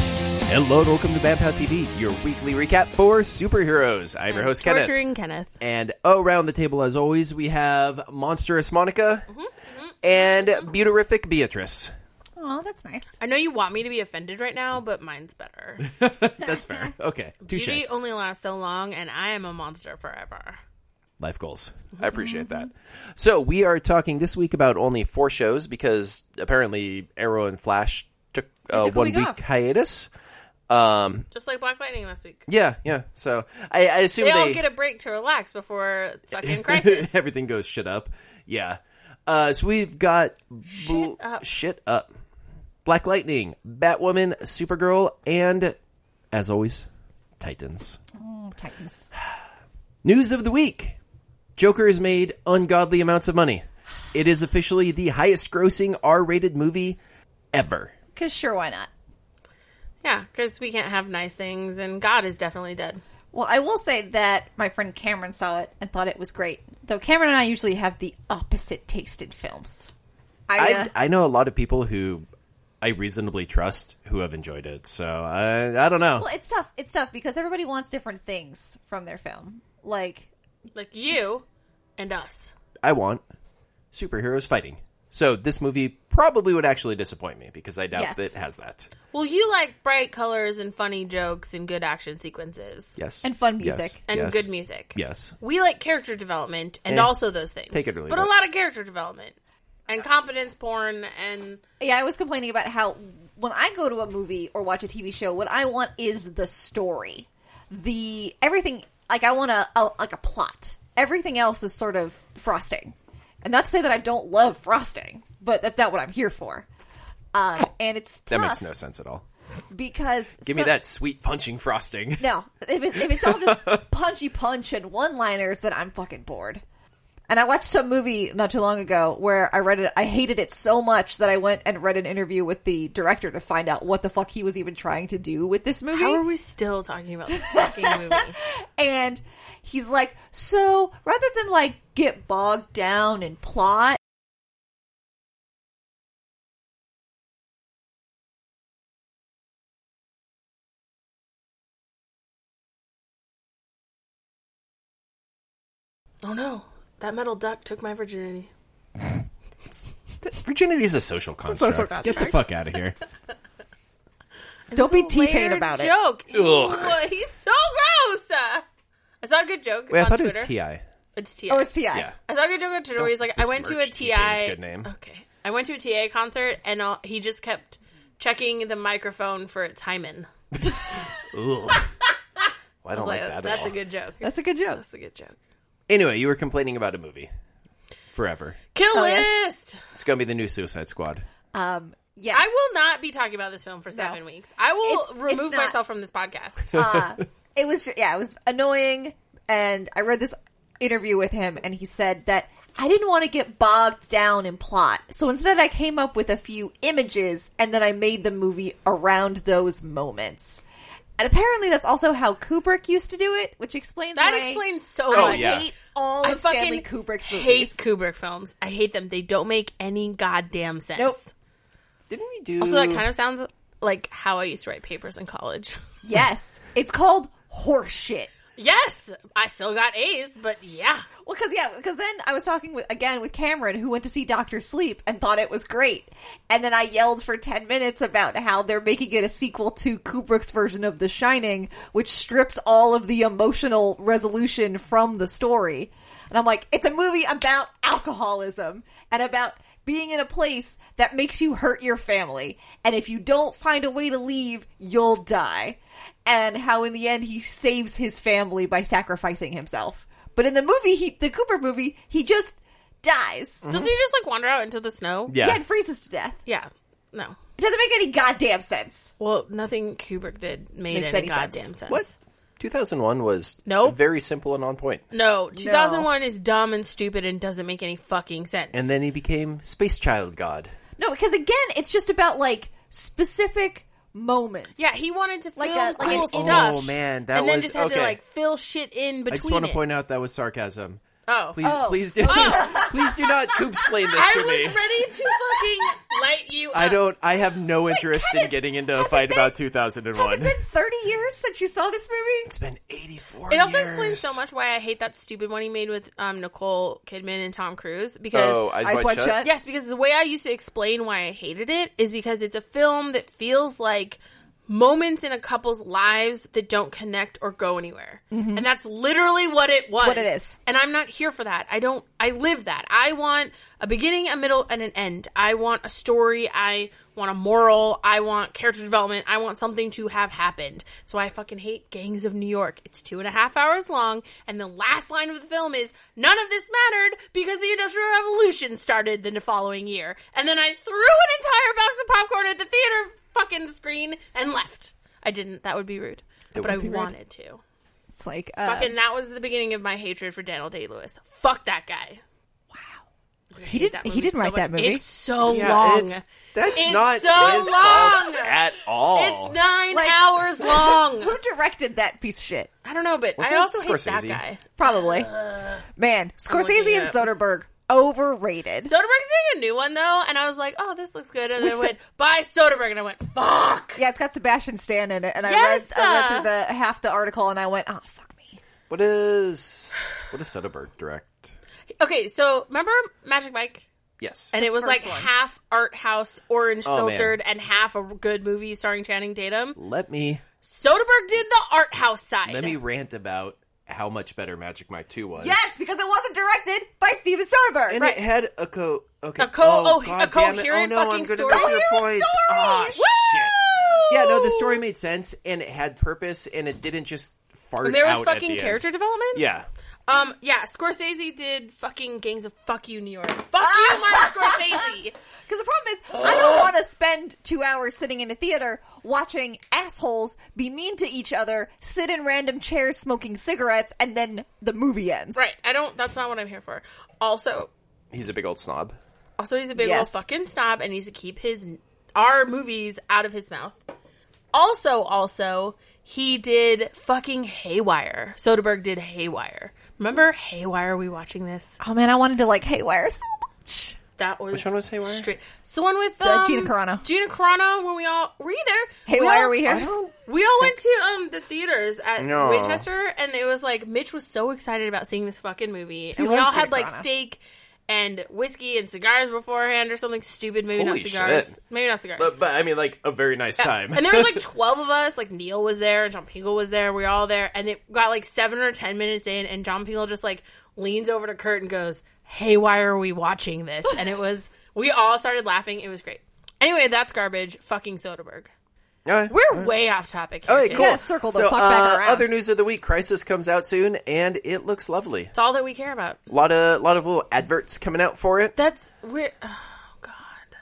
Hello and welcome to Vampire TV, your weekly recap for superheroes. I'm your host Kenneth, Torturing Kenneth. and around the table, as always, we have monstrous Monica Mm-hmm, and beautiful Beatrice. Oh, that's nice. I know you want me to be offended right now, but mine's better. That's fair. Okay, touche. Beauty only lasts so long, and I am a monster forever. Life goals. Mm-hmm, I appreciate that. So we are talking this week about only four shows because apparently Arrow and Flash took, uh, took a one week week off. hiatus. Um, Just like Black Lightning last week. yeah, yeah. So I, I assume They they, all get a break to relax before fucking crisis. Everything goes shit up. Yeah. Uh, so we've got shit up. shit up. Black Lightning, Batwoman, Supergirl, and as always, Titans. Oh, Titans. News of the week. Joker has made ungodly amounts of money. It is officially the highest grossing R rated movie ever. Because sure, why not? yeah, because we can't have nice things, and God is definitely dead. Well, I will say that my friend Cameron saw it and thought it was great. Though Cameron and I usually have the opposite taste in films. I, uh, I, I know a lot of people who I reasonably trust who have enjoyed it, so I, I don't know. well, it's tough. It's tough because everybody wants different things from their film. Like, Like you and us. I want superheroes fighting. So this movie probably would actually disappoint me because I doubt Yes. that it has that. Well, you like bright colors and funny jokes and good action sequences Yes. And fun Yes. music. and Yes. good music. Yes. We like character development and Eh, also those things. take it or leave But it. a lot of character development and competence porn and yeah, I was complaining about how when I go to a movie or watch a TV show, what I want is the story, the everything. Like, I want a, a like a plot. Everything else is sort of frosting. And not to say that I don't love frosting, but that's not what I'm here for. Um, and it's That tough makes no sense at all. because Give me some- that sweet punching frosting. No, if, it, if it's all just punchy punch and one liners, then I'm fucking bored. And I watched some movie not too long ago where I read it. I hated it so much that I went and read an interview with the director to find out what the fuck he was even trying to do with this movie. How are we still talking about this fucking movie? and he's like, so rather than like get bogged down in plot. Oh no, that metal duck took my virginity. Virginity is a social construct. Get the fuck out of here. Don't be It's a T Pain layered about it. joke. it. Ugh. he's so gross. Uh, I saw a good joke Wait, I on thought Twitter. it was Ti. It's Ti. Oh, it's Ti. Yeah. I saw a good joke on Twitter where he's like, I went to a besmirch T-Pain's Ti. good name. Okay, I went to a Ti concert and all, he just kept checking the microphone for its hymen. Ugh. Well, I don't like, Like, that. at that's all. a good joke. That's a good joke. That's a good joke. Anyway, you were complaining about a movie. Forever. Kill yes. list. It's gonna be the new Suicide Squad. Um, yeah, I will not be talking about this film for seven weeks. I will It's- it's remove not. myself from this podcast. it was yeah, it was annoying. And I read this interview with him, and he said that I didn't want to get bogged down in plot, so instead I came up with a few images, and then I made the movie around those moments. And apparently, that's also how Kubrick used to do it, which explains That why explains so Oh, I much. yeah. hate all I of Stanley fucking Kubrick's hate movies. Kubrick films. I hate them. They don't make any goddamn sense. Nope. Didn't we do Also, that kind of sounds like how I used to write papers in college. yes, it's called horseshit. yes, I still got A's, but yeah, Well, because yeah, because then I was talking with again with Cameron, who went to see Doctor Sleep and thought it was great, and then I yelled for ten minutes about how they're making it a sequel to Kubrick's version of The Shining, which strips all of the emotional resolution from the story. And I'm like, it's a movie about alcoholism and about being in a place that makes you hurt your family, and if you don't find a way to leave, you'll die. And how in the end he saves his family by sacrificing himself. But in the movie, he the Cooper movie, he just dies. doesn't he just like wander out into the snow? Yeah, yeah. and freezes to death. yeah, no. It doesn't make any goddamn sense. Well, nothing Kubrick did made Makes any any sense. goddamn sense. What? 2001 was Nope. very simple and on point. No, 2001 is dumb and stupid and doesn't make any fucking sense. And then he became Space Child God. No, because again, it's just about like specific moments. yeah, he wanted to Like film a- like cool an Oh, stuff. man, that and then was- just had okay. to like fill shit in between. I just want to it. point out that was sarcasm. Oh, Please, Oh. please do, please do not coopsplain this I to was me. ready to fucking light you up. I don't. I have no interest in Kenneth, getting into a has it fight been- about Has it 2001. been 30 years since you saw this movie? It's been 84. It also years. explains so much why I hate that stupid one he made with um, Nicole Kidman and Tom Cruise because oh, eyes, Eyes Wide Shut? Yes, because the way I used to explain why I hated it is because it's a film that feels like moments in a couple's lives that don't connect or go anywhere. Mm-hmm. And that's literally what it was. what it is. And I'm not here for that. I don't I live that. I want a beginning, a middle, and an end. I want a story. I want a moral. I want character development. I want something to have happened. So I fucking hate Gangs of New York. It's two and a half hours long, and the last line of the film is none of this mattered because the Industrial Revolution started the following year. And then I threw an entire box of popcorn at the theater fucking screen and left. I didn't. That would be rude. but I would be rude. wanted to. It's like, uh, Fucking that was the beginning of my hatred for Daniel Day Lewis. Fuck that guy. Wow. He didn't- he didn't write that movie. It's so Yeah, long. it's- that's It's not so his fault long. at all. It's nine Like- hours long. who directed that piece of shit? I don't know, but Wasn't I it also hate Scorsese? that guy. Probably. Man, Uh, looking Scorsese it and up. Soderbergh, overrated. Soderbergh's doing a new one though, and I was like, "Oh, this looks good," and then I went, "Buy Soderbergh," and I went, "Fuck." Yeah, it's got Sebastian Stan in it, and Yes, I read I uh, read through the half the article, and I went, "Oh fuck me." What is what does Soderbergh direct? Okay, so remember Magic Mike? Yes, And it was first like one. half art house, orange Oh, man. filtered, and half a good movie starring Channing Tatum. let me Soderbergh did the art house side. let me rant about how much better Magic Mike Two was. Yes, because it wasn't directed by Steven Soderbergh. and it right. had a co okay A co- oh, oh, a God damn it. coherent oh, no, fucking I'm gonna story. lose your Coherent points. story! Ah, Woo! shit. Yeah, no, the story made sense and it had purpose and it didn't just fart. And there was out at fucking the end. character development. Yeah, Um. Yeah. Scorsese did fucking Gangs of Fuck You New York. Fuck Ah! you, Martin Scorsese. Because the problem is, I don't want to spend two hours sitting in a theater watching assholes be mean to each other, sit in random chairs smoking cigarettes, and then the movie ends. Right. I don't. That's not what I'm here for. Also, he's a big old snob. also he's a big Yes. old fucking snob and needs to keep his our movies out of his mouth. Also, also he did fucking Haywire. Soderbergh did Haywire. Remember Haywire? We watching this. Oh man, I wanted to like haywire so much. That was Which one was Haywire? Straight. It's the one with The um, Gina Carano. Gina Carano. When we all were you there? Haywire, all- are we I here? don't. We all went to um the theaters at No. Winchester, and it was like Mitch was so excited about seeing this fucking movie, and we loves all had Gina like Carano. steak and whiskey and cigars beforehand or something stupid. Maybe Holy not cigars. shit. Maybe not cigars. But, but I mean, like a very nice time. and there was like twelve of us. Like Neil was there, and John Pingle was there. We were all there, and it got like seven or ten minutes in, and John Pingle just like leans over to Kurt and goes, "Hey, why are we watching this?" And it was we all started laughing. It was great. Anyway, that's garbage. Fucking Soderbergh. Alright. We're way off topic. Here, All right, dude. cool. Yeah, circle the so, fuck back uh, around. Other news of the week: Crisis comes out soon, and it looks lovely. It's all that we care about. A lot of lot of little adverts coming out for it. That's weird. Oh god.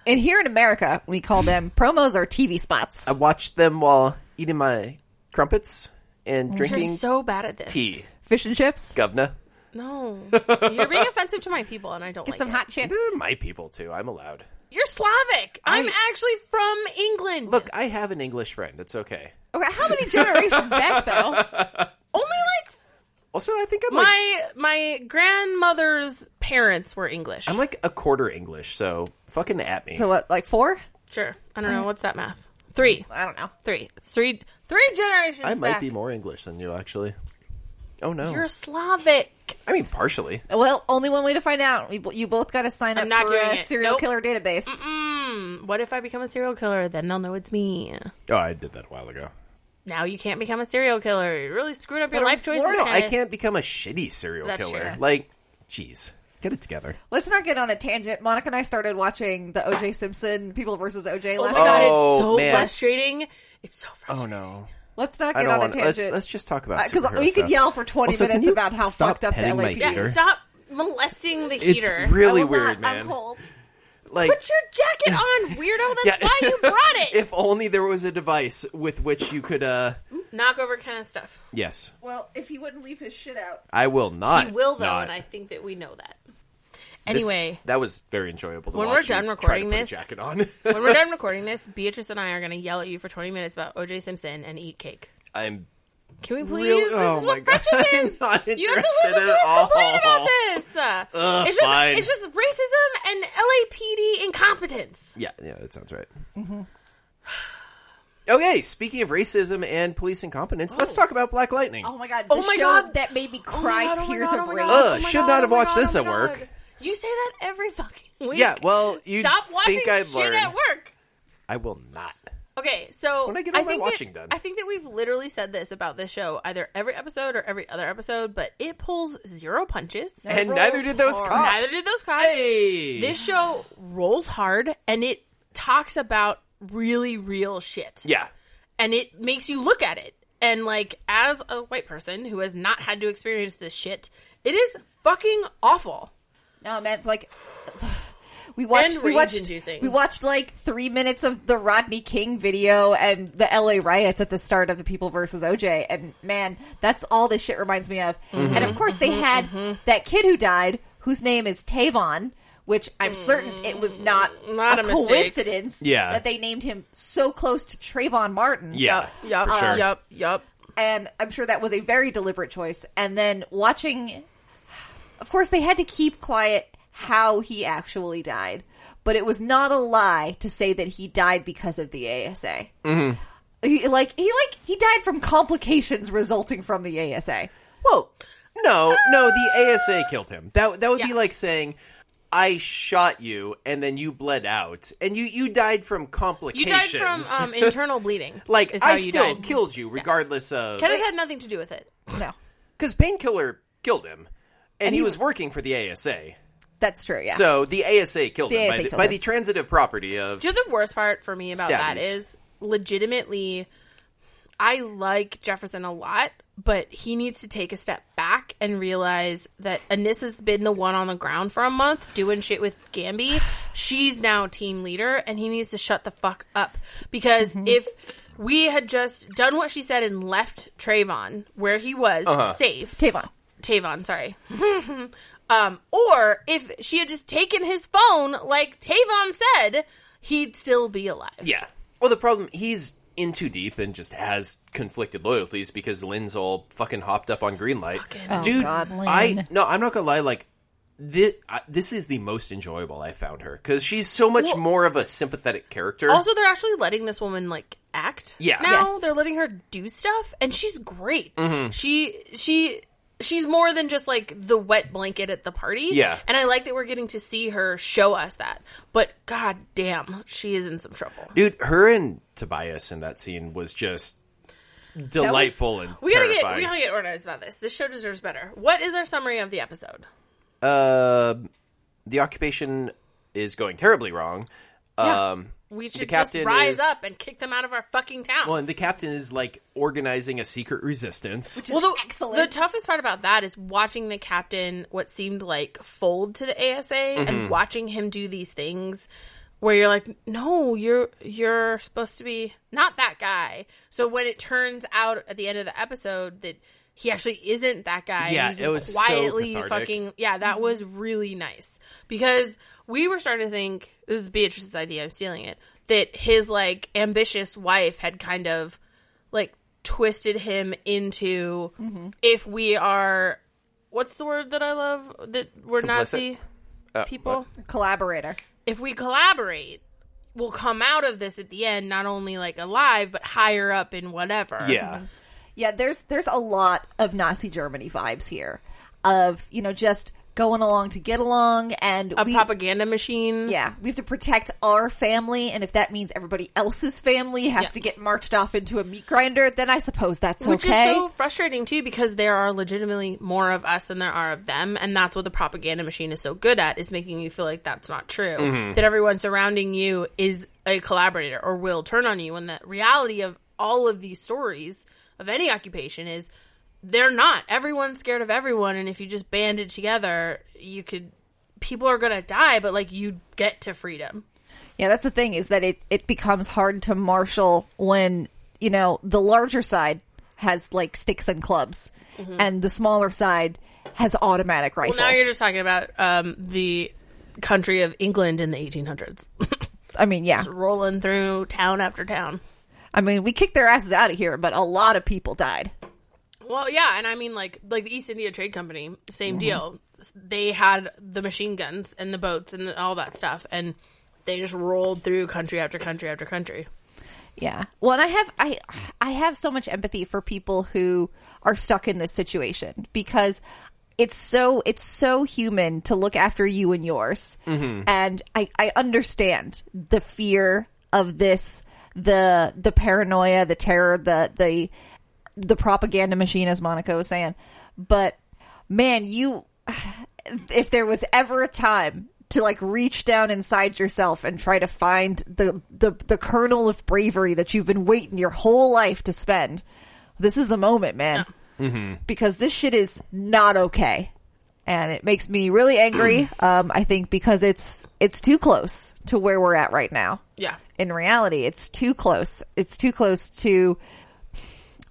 And here in America, we call them promos or TV spots. I watched them while eating my crumpets and drinking You're so bad at this. tea, Fish and chips. govna. No. You're being offensive to my people and I don't Get like some it. hot chips. They're my people too. I'm allowed. You're Slavic. I'm I- actually from England. Look, I have an English friend. It's okay. Okay, how many generations back though? only like Also, I think I'm like my my grandmother's parents were English. I'm like a quarter English, so fucking at me. So what, like four? sure. I don't know what's that math. 3. I don't know. 3. It's 3 3 generations I might back. be more English than you actually. Oh no. You're Slavic. I mean partially. Well, only one way to find out. We, you both got to sign up I'm not for doing a it. serial Nope. killer database. Mm, what if I become a serial killer? Then they'll know it's me. Oh, I did that a while ago. Now you can't become a serial killer. You really screwed up your What a- life choices. No, no, I Kenneth. can't become a shitty serial That's killer. true. Like, jeez. Get it together. Let's not get on a tangent. Monica and I started watching the OJ Simpson People versus OJ Oh my last god, night. Oh, it's so man. frustrating. It's so Oh frustrating. no. Let's not I get don't on want a to. Let's, tangent. let's just talk about Uh, 'cause superhero we could stuff. yell for 20 Also, can minutes you about how stop fucked up the petting my LAPD Yeah, eater? stop molesting the It's heater. really I will weird, not. man. I'm cold. Like Put your jacket on, weirdo. That's why you brought it. if only there was a device with which you could uh Knock over kind of stuff. yes. Well, if he wouldn't leave his shit out. I will not. He will though, not. and I think that we know that. This- Anyway, that was very enjoyable. To When watch we're you done try to recording put a this- jacket on. when we're done recording this, Beatrice and I are going to yell at you for 20 minutes about O.J. Simpson and eat cake. I'm Can we please? Real- this oh is my what God. friendship is. I'm not You have to interested listen to at us complain all. about this. Ugh, it's just fine. it's just racism and LAPD incompetence. Yeah, yeah, that sounds right. Okay, speaking of racism and police incompetence, let's talk about Black Lightning. Oh my god! Oh the my show God. that made me Oh my cry God, oh my tears God, oh of my rage. God, Ugh, oh my should God, not oh have my watched God, this oh at my work. God. You say that every fucking week. Yeah, well, you stop watching think I'd shit learn. at work. I will not. Okay, so when I get all my think watching that, done. I think that we've literally said this about this show either every episode or every other episode, but it pulls zero punches. It And neither rolls did those hard. cops. Neither did those cops. Hey, This show rolls hard and it talks about really real shit. yeah, And it makes you look at it. And like as a white person who has not had to experience this shit, it is fucking awful. No man, like we watched And we watched rage-inducing. we watched like three minutes of the Rodney King video and the LA riots at the start of the People versus OJ, and man, that's all this shit reminds me of. Mm-hmm. And of course, they had that kid who died, whose name is Tavon. Which I'm certain it was not, Mm, Not a, a mistake. coincidence Yeah. that they named him so close to Trayvon Martin. yeah, Yup. for sure. Yup. Yup. and I'm sure that was a very deliberate choice. And then watching, of course, they had to keep quiet how he actually died, but it was not a lie to say that he died because of the ASA. He, like he like he died from complications resulting from the ASA. Well, no, no, the ASA killed him. That that would be Yeah. like saying I shot you and then you bled out and you you died from You complications. died from um, internal bleeding. like is how I you still died. killed you regardless of Kenneth had nothing to do with it. No, cuz painkiller killed him and, he, was working for the ASA. that's true. Yeah, So the ASA killed The him by, ASA the, killed by him. the transitive property of Do you know the worst part for me about that Stabbies. is legitimately, I like Jefferson a lot, but he needs to take a step back and realize that Anissa's been the one on the ground for a month doing shit with Gamby. She's now team leader, and he needs to shut the fuck up because if we had just done what she said and left Trayvon where he was safe, Tavon. Tavon, sorry. um, or if she had just taken his phone, like Tavon said, he'd still be alive. Yeah. Well, the problem he's in too deep and just has conflicted loyalties because Lynn's all fucking hopped up on green light. Oh, Dude, God, Lynn. I no, I'm not gonna lie. Like this, I, this is the most enjoyable I found her because she's so much Well- more of a sympathetic character. Also, they're actually letting this woman like act. Yeah. Now Yes. they're letting her do stuff, and she's great. Mm-hmm. She she she's more than just like the wet blanket at the party. Yeah. And I like that we're getting to see her show us that. But god damn, she is in some trouble. Dude, her and Tobias in that scene was just delightful and We gotta terrifying. get we gotta get organized about this. This show deserves better. What is our summary of the episode? Uh, the occupation is going terribly wrong. Yeah. Um, We the should just captain rise is, up and kick them out of our fucking town. Well, and the captain is like organizing a secret resistance. Well, the, excellent. the toughest part about that is watching the captain, what seemed like fold to the ASA, Mm-hmm. and watching him do these things where you're like, no, you're you're supposed to be not that guy. So when it turns out at the end of the episode that he actually isn't that guy, Yeah, he's it was so quietly cathartic. fucking yeah, that was really nice because we were starting to think this is Beatrice's idea. I'm stealing it. That his like ambitious wife had kind of like twisted him into if we are what's the word that I love that we're Nazi Uh, people. collaborator. If we collaborate, we'll come out of this at the end not only like alive but higher up in whatever. Yeah. Yeah, there's there's a lot of Nazi Germany vibes here, of you know just going along to get along and A we, propaganda machine. Yeah, we have to protect our family, and if that means everybody else's family has Yeah. to get marched off into a meat grinder, then I suppose that's Which okay. is so frustrating too, because there are legitimately more of us than there are of them, and that's what the propaganda machine is so good at is making you feel like that's not true. That everyone surrounding you is a collaborator or will turn on you, and the reality of all of these stories of any occupation is they're not. Everyone's scared of everyone, and if you just banded together, you could. People are gonna die, but like you get to freedom. yeah, that's the thing is that it it becomes hard to marshal when you know the larger side has like sticks and clubs, and the smaller side has automatic rifles. Mm-hmm. Now you're just talking about um, the country of England in the 1800s. I mean, yeah, rolling through town after town. I mean, we kicked their asses out of here, but a lot of people died. Well, yeah, and I mean like like the East India Trade Company, same deal. They had the machine guns and the boats and all that stuff, and they just rolled through country after country after country. Yeah. Well, and I have I I have so much empathy for people who are stuck in this situation because it's so it's so human to look after you and yours. And I I understand the fear of this the the paranoia, the terror, the the the propaganda machine as Monica was saying. But man, you if there was ever a time to like reach down inside yourself and try to find the the the kernel of bravery that you've been waiting your whole life to spend, this is the moment, man. Because this shit is not okay, and it makes me really angry. um, I think because it's it's too close to where we're at right now. Yeah. In reality, it's too close. It's too close to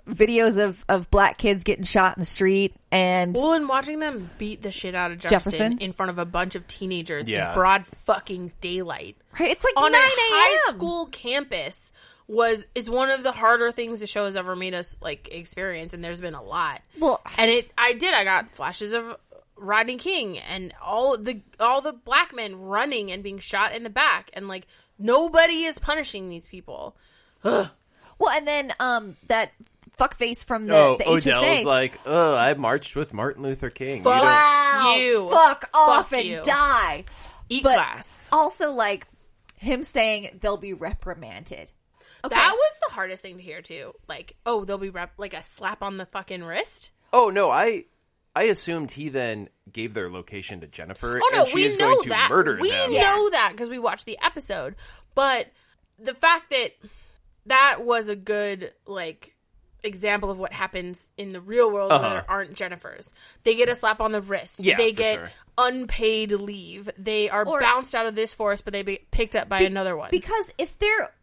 videos of of black kids getting shot in the street and Well, and watching them beat the shit out of Jefferson, Jefferson? in front of a bunch of teenagers Yeah. in broad fucking daylight Right, it's like on a 9 high a.m.. school campus was is one of the harder things the show has ever made us like experience, and there's been a lot. Well- and it I did I got flashes of Rodney King and all the all the black men running and being shot in the back, and like nobody is punishing these people. Well, and then um that fuckface from the, oh, the Odell's HSA. like, oh, I marched with Martin Luther King. You Fuck. don't- wow, You. fuck off and you. die. Eat But glass. also, like him saying they'll be reprimanded. Okay. That was the hardest thing to hear too. Like, oh, they'll be rep- like a slap on the fucking wrist. Oh no, I I assumed he then gave their location to Jennifer, Oh no, and she we is know going to that. murder we them. know that because we watched the episode. But the fact that that was a good like example of what happens in the real world where there aren't Jennifers. They get a slap on the wrist. Uh-huh. Yeah, they for get sure. unpaid leave. They are Or- bounced out of this forest, but they be picked up by another one. because if they're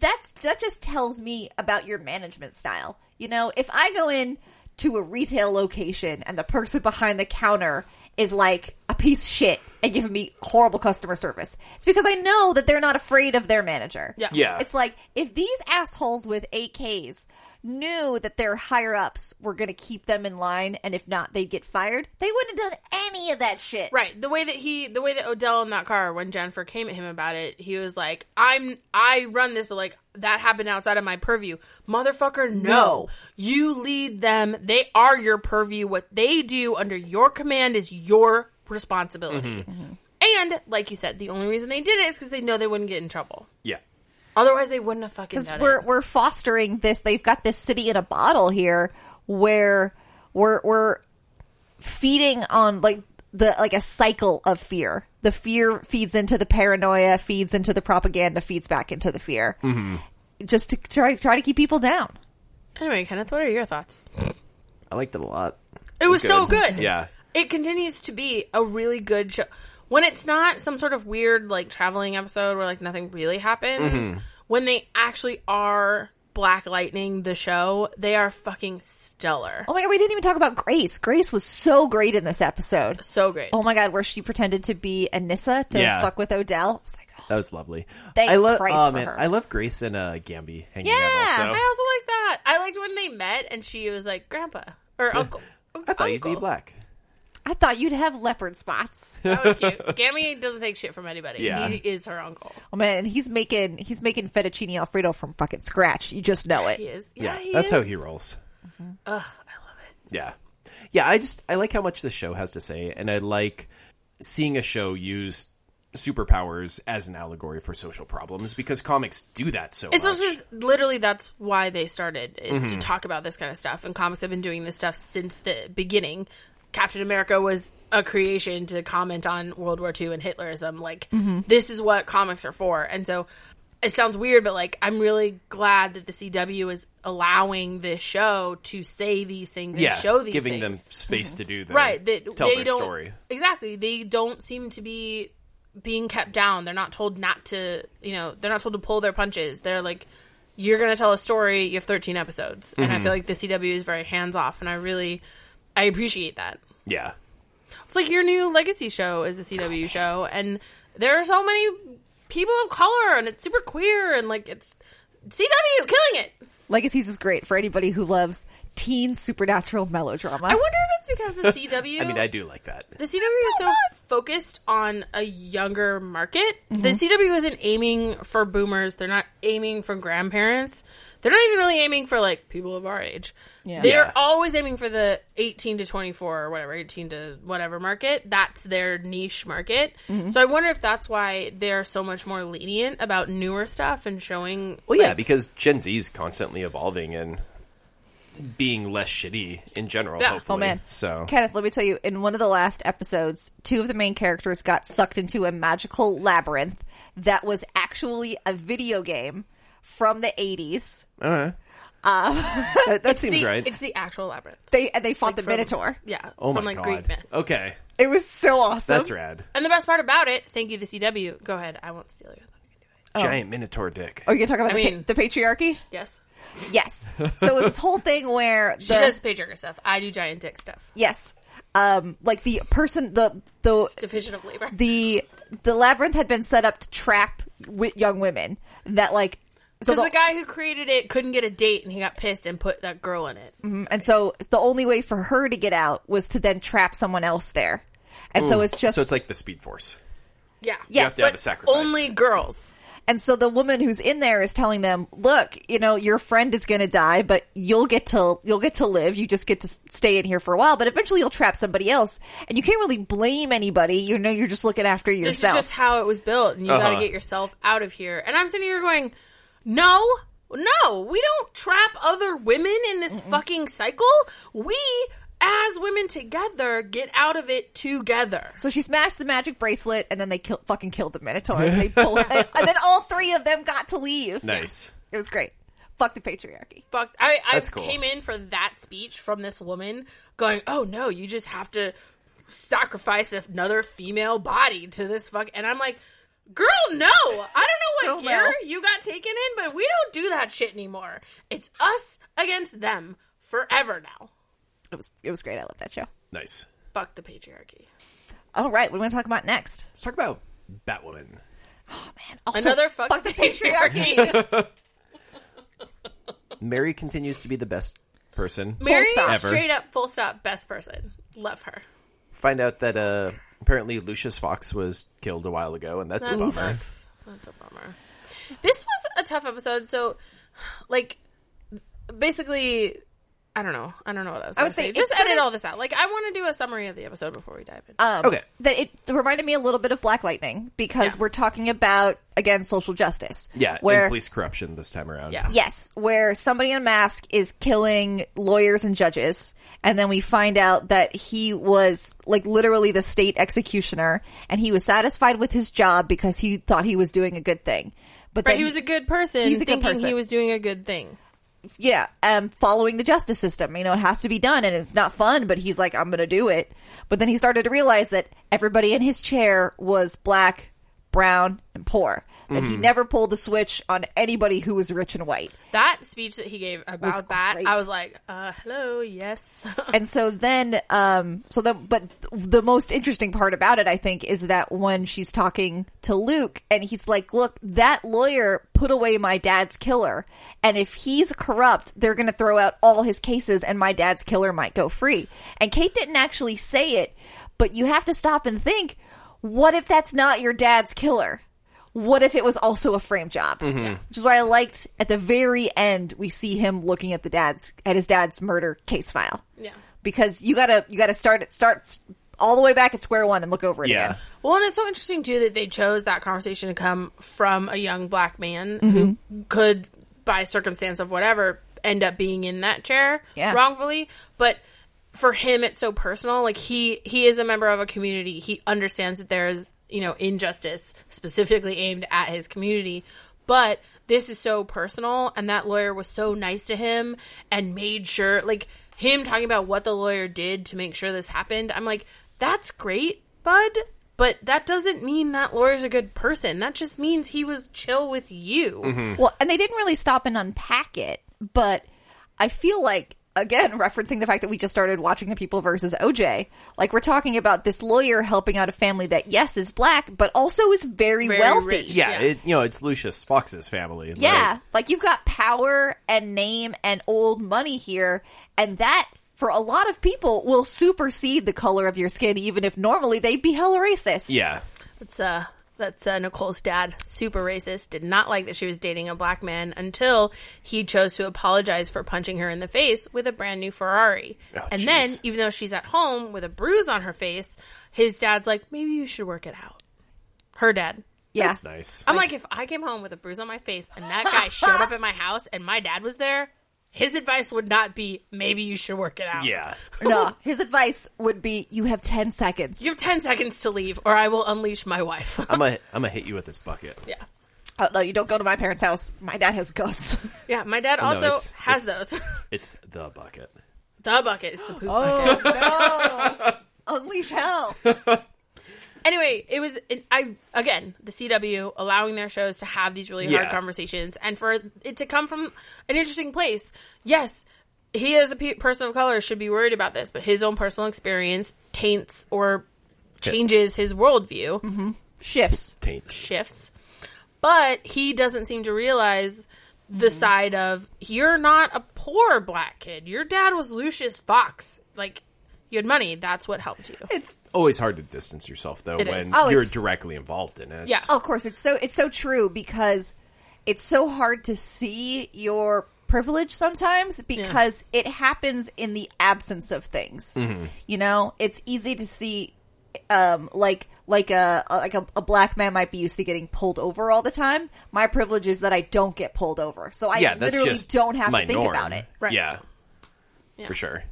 that's that just tells me about your management style you know if i go in to a retail location and the person behind the counter is like a piece of shit and giving me horrible customer service it's because i know that they're not afraid of their manager Yeah. Yeah. it's like if these assholes with ak's knew that their higher ups were going to keep them in line and if not they'd get fired they wouldn't have done any of that shit Right. The way that he the way that Odell in that car when Jennifer came at him about it, he was like, "I'm I run this, but like that happened outside of my purview." Motherfucker, no. No. You lead them. They are your purview. What they do under your command is your responsibility. Mm-hmm. Mm-hmm. And like you said, the only reason they did it is cuz they know they wouldn't get in trouble. Yeah. Otherwise, they wouldn't have fucking because done we're it. we're fostering this. They've got this city in a bottle here, where we're we're feeding on like the like a cycle of fear. The fear feeds into the paranoia, feeds into the propaganda, feeds back into the fear, just to try try to keep people down. Anyway, Kenneth, what are your thoughts? I liked it a lot. It was so good. Yeah. it continues to be a really good show when it's not some sort of weird like traveling episode where like nothing really happens Mm-hmm. when they actually are black lightning the show they are fucking stellar Oh my god, we didn't even talk about Grace. Grace was so great in this episode. so great Oh my god, where she pretended to be Anissa to Yeah. fuck with Odell. I was like, oh, That was lovely. Thank I love. Christ Oh for man, her. I love Grace and uh, Gamby hanging Yeah, out. Also, i also like that i liked when they met and she was like grandpa or uncle I thought you'd be Uncle. black. I thought you'd have leopard spots. that was cute gammy doesn't take shit from anybody Yeah. he is her uncle Oh man, and he's making he's making fettuccine alfredo from fucking scratch. You just know he it. is Yeah, yeah, he that's is. how he rolls. Mm-hmm. Ugh, I love it. Yeah, yeah. I just I like how much the show has to say, and I like seeing a show use superpowers as an allegory for social problems because comics do that so much. Mm-hmm. Especially since literally that's why they started is to talk about this kind of stuff. And comics have been doing this stuff since the beginning. Captain America was a creation to comment on World War II and Hitlerism. Like Mm-hmm. this is what comics are for. And so it sounds weird, but like I'm really glad that the CW is allowing this show to say these things and yeah, show these giving things Mm-hmm. them space to do that. right that tell they their don't story. exactly they don't seem to be being kept down they're not told not to you know they're not told to pull their punches they're like you're gonna tell a story you have 13 episodes and Mm-hmm. i feel like the cw is very hands off and i really i appreciate that Yeah, it's like your new legacy show is the cw show and there are so many people of color and it's super queer and like it's cw killing it Legacies is great for anybody who loves teen supernatural melodrama. I wonder if it's because the CW. I mean, I do like that. The CW is so focused on a younger market. The CW isn't aiming for boomers. They're not aiming for grandparents. They're not even really aiming for like people of our age. Yeah. They're Yeah. always aiming for the 18 to 24 or whatever, 18 to whatever market. That's their niche market. So I wonder if that's why they're so much more lenient about newer stuff and showing Well, yeah, because Gen Z is constantly evolving and being less shitty in general. Yeah. Oh, Hopefully. Oh man. So Kenneth, let me tell you, in one of the last episodes, two of the main characters got sucked into a magical labyrinth that was actually a video game from the 80s. that, that seems the, right. it's the actual labyrinth. They and they fought the from- Minotaur. Yeah. Oh from my like god. Greek myth. Okay, It was so awesome. that's rad. And the best part about it, thank you, the CW. Go ahead. I won't steal your thunder. Oh. Giant minotaur dick. Are you going to talk about I the, mean- pa- the patriarchy? Yes. Yes. So it was this whole thing where the She does patriarchy stuff. I do giant dick stuff. yes, um, like the person the the Division of labor. the the labyrinth had been set up to trap wi- young women that like so Because the, guy who created it couldn't get a date and he got pissed and put that girl in it. and so the only way for her to get out was to then trap someone else there, and so it's just so it's like the Speed Force. Yeah. Yes, have to have but a sacrifice. Only girls. And so the woman who's in there is telling them, "Look, you know, your friend is going to die, but you'll get to you'll get to live. You just get to s- stay in here for a while, but eventually you'll trap somebody else, and you can't really blame anybody. You know, you're just looking after This yourself." is just how it was built and you Uh-huh. gotta get yourself out of here. And I'm sitting here going, No, no, we don't trap other women in this fucking cycle. We as women together get out of it together. so she smashed the magic bracelet, and then they kill, fucking killed the Minotaur. And, they both, and, then all three of them got to leave. Nice. It was great. Fuck the patriarchy. fucked. I, I That's cool. came in for that speech from this woman going, "Oh no, you just have to sacrifice another female body to this fuck." And I'm like, "Girl, no! I don't know Girl, what no. year you got taken in, but we don't do that shit anymore. It's us against them forever now. It was it was great. I love that show. Nice. Fuck the patriarchy." All right, what do we want to talk about next? Let's talk about Batwoman. Man, also, Another fuck, fuck the the patriarchy. Mary continues to be the best person. Mary, stop. Ever. straight up, full stop, best person. Love her. Find out that uh, apparently Lucius Fox was killed a while ago, and that's a That bummer. sucks. That's a bummer. This was a tough episode. So, like, basically, I don't know. I don't know what I was. I would would say say, just it's sort edit of- all this out. Like, I want to do a summary of the episode before we dive in. um, Okay. that it reminded me a little bit of Black Lightning because Yeah. we're talking about again social justice. Yeah, where and police corruption this time around. yeah, yes, where somebody in a mask is killing lawyers and judges, and then we find out that he was like literally the state executioner, and he was satisfied with his job because he thought he was doing a good thing. But right. then, He was a good person. He's a good thinking person. He was doing a good thing. yeah, um, following the justice system. You know, it has to be done, and it's not fun, but he's like, I'm going to do it. But then he started to realize that everybody in his chair was black, brown, and poor. That he never pulled the switch on anybody who was rich and white. That speech that he gave about that, great. I was like, uh, hello, yes. And so then, um, so the, but th- the most interesting part about it, I think, is that when she's talking to Luke and he's like, look, that lawyer put away my dad's killer. And if he's corrupt, they're going to throw out all his cases and my dad's killer might go free. And Kate didn't actually say it, but you have to stop and think, what if that's not your dad's killer? What if it was also a frame job? Which is why I liked at the very end we see him looking at the dad's at his dad's murder case file yeah. because you gotta you gotta start start all the way back at square one and look over it Yeah. again. Well, and it's so interesting too that they chose that conversation to come from a young black man who Mm-hmm. could, by circumstance of whatever, end up being in that chair Yeah. wrongfully. But for him, it's so personal. Like he he is a member of a community. He understands that there is you know injustice specifically aimed at his community, but. This is so personal, and that lawyer was so nice to him and made sure, like, him talking about what the lawyer did to make sure this happened. I'm like, that's great, bud, but that doesn't mean that lawyer's a good person. That just means he was chill with you. Well, and they didn't really stop and unpack it, but I feel like again referencing the fact that we just started watching the people versus oj like we're talking about this lawyer helping out a family that yes is black but also is very, Very wealthy rich. Yeah, Yeah. It, you know, it's Lucius Fox's family. yeah Like, like, you've got power and name and old money here and that for a lot of people will supersede the color of your skin even if normally they'd be hella racist yeah. That's uh that's uh, Nicole's dad, super racist, did not like that she was dating a black man until he chose to apologize for punching her in the face with a brand new Ferrari. Oh, and jeez. then, even though she's at home with a bruise on her face, his dad's like, maybe you should work it out. Her dad. yeah It's nice. I'm like, if I came home with a bruise on my face and that guy showed up at my house and my dad was there, his advice would not be, maybe you should work it out. Yeah. no his advice would be you have 10 seconds You have 10 seconds to leave or I will unleash my wife. I'm a I'm a hit you with this bucket. yeah. oh no you don't go to my parents house my dad has guns Yeah, my dad no, also it's- has it's- those. It's the bucket. The bucket is the poop bucket. oh no unleash hell Anyway, it was it, I again the CW allowing their shows to have these really hard Yeah. conversations and for it to come from an interesting place. Yes, he as a pe- person of color should be worried about this, but his own personal experience taints or changes his worldview, Mm-hmm. shifts Taint. shifts. But he doesn't seem to realize the Mm-hmm. side of you're not a poor black kid. Your dad was Lucius Fox. Like you had money. That's what helped you. It's always hard to distance yourself though It is. when Oh, you're it's- directly involved in it. Yeah. Oh, of course it's so it's so true because it's so hard to see your privilege sometimes because it happens in the absence of things Mm-hmm. you know it's easy to see um like like a like a, a black man might be used to getting pulled over all the time my privilege is that i don't get pulled over so i yeah, that's literally just don't have my to think norm. about it Right. Yeah, for sure.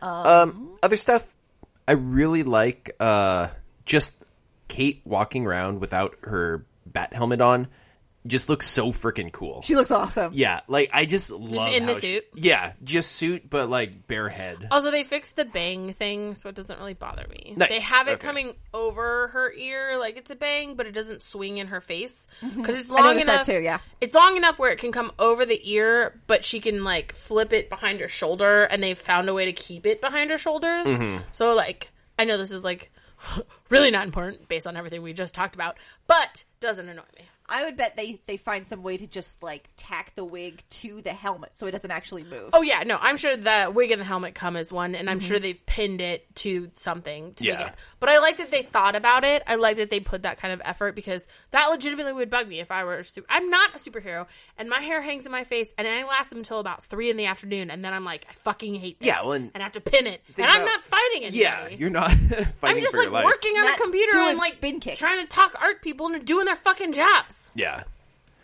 Um, other stuff I really like. Uh, just Kate walking around without her bat helmet on just looks so freaking cool. she looks awesome yeah, like I just love in how the she- suit? Oh, yeah, just suit, but like bare head. Also, they fixed the bang thing, so it doesn't really bother me. Nice. They have it Okay. coming over her ear, like it's a bang, but it doesn't swing in her face because it's Mm-hmm. I long noticed that enough. too, yeah. it's long enough where it can come over the ear, but she can like flip it behind her shoulder, and they found a way to keep it behind her shoulders. Mm-hmm. So, like, I know this is like really not important based on everything we just talked about, but doesn't annoy me. i would bet they they find some way to just like tack the wig to the helmet so it doesn't actually move Oh yeah, no, I'm sure the wig and the helmet come as one, and I'm sure they've pinned it to something to Mm-hmm. Yeah. make it. But I like that they thought about it. I like that they put that kind of effort because that legitimately would bug me if I were. a Super- I'm not a superhero, and my hair hangs in my face, and I last until about three in the afternoon, and then I'm like, I fucking hate this. Yeah, well, and- and I have to pin it, and I'm about- not fighting anybody. Yeah, you're not fighting I'm just for like your life. working on Not a computer doing and like spin kicks. trying to talk art people into doing their fucking jobs. Yeah,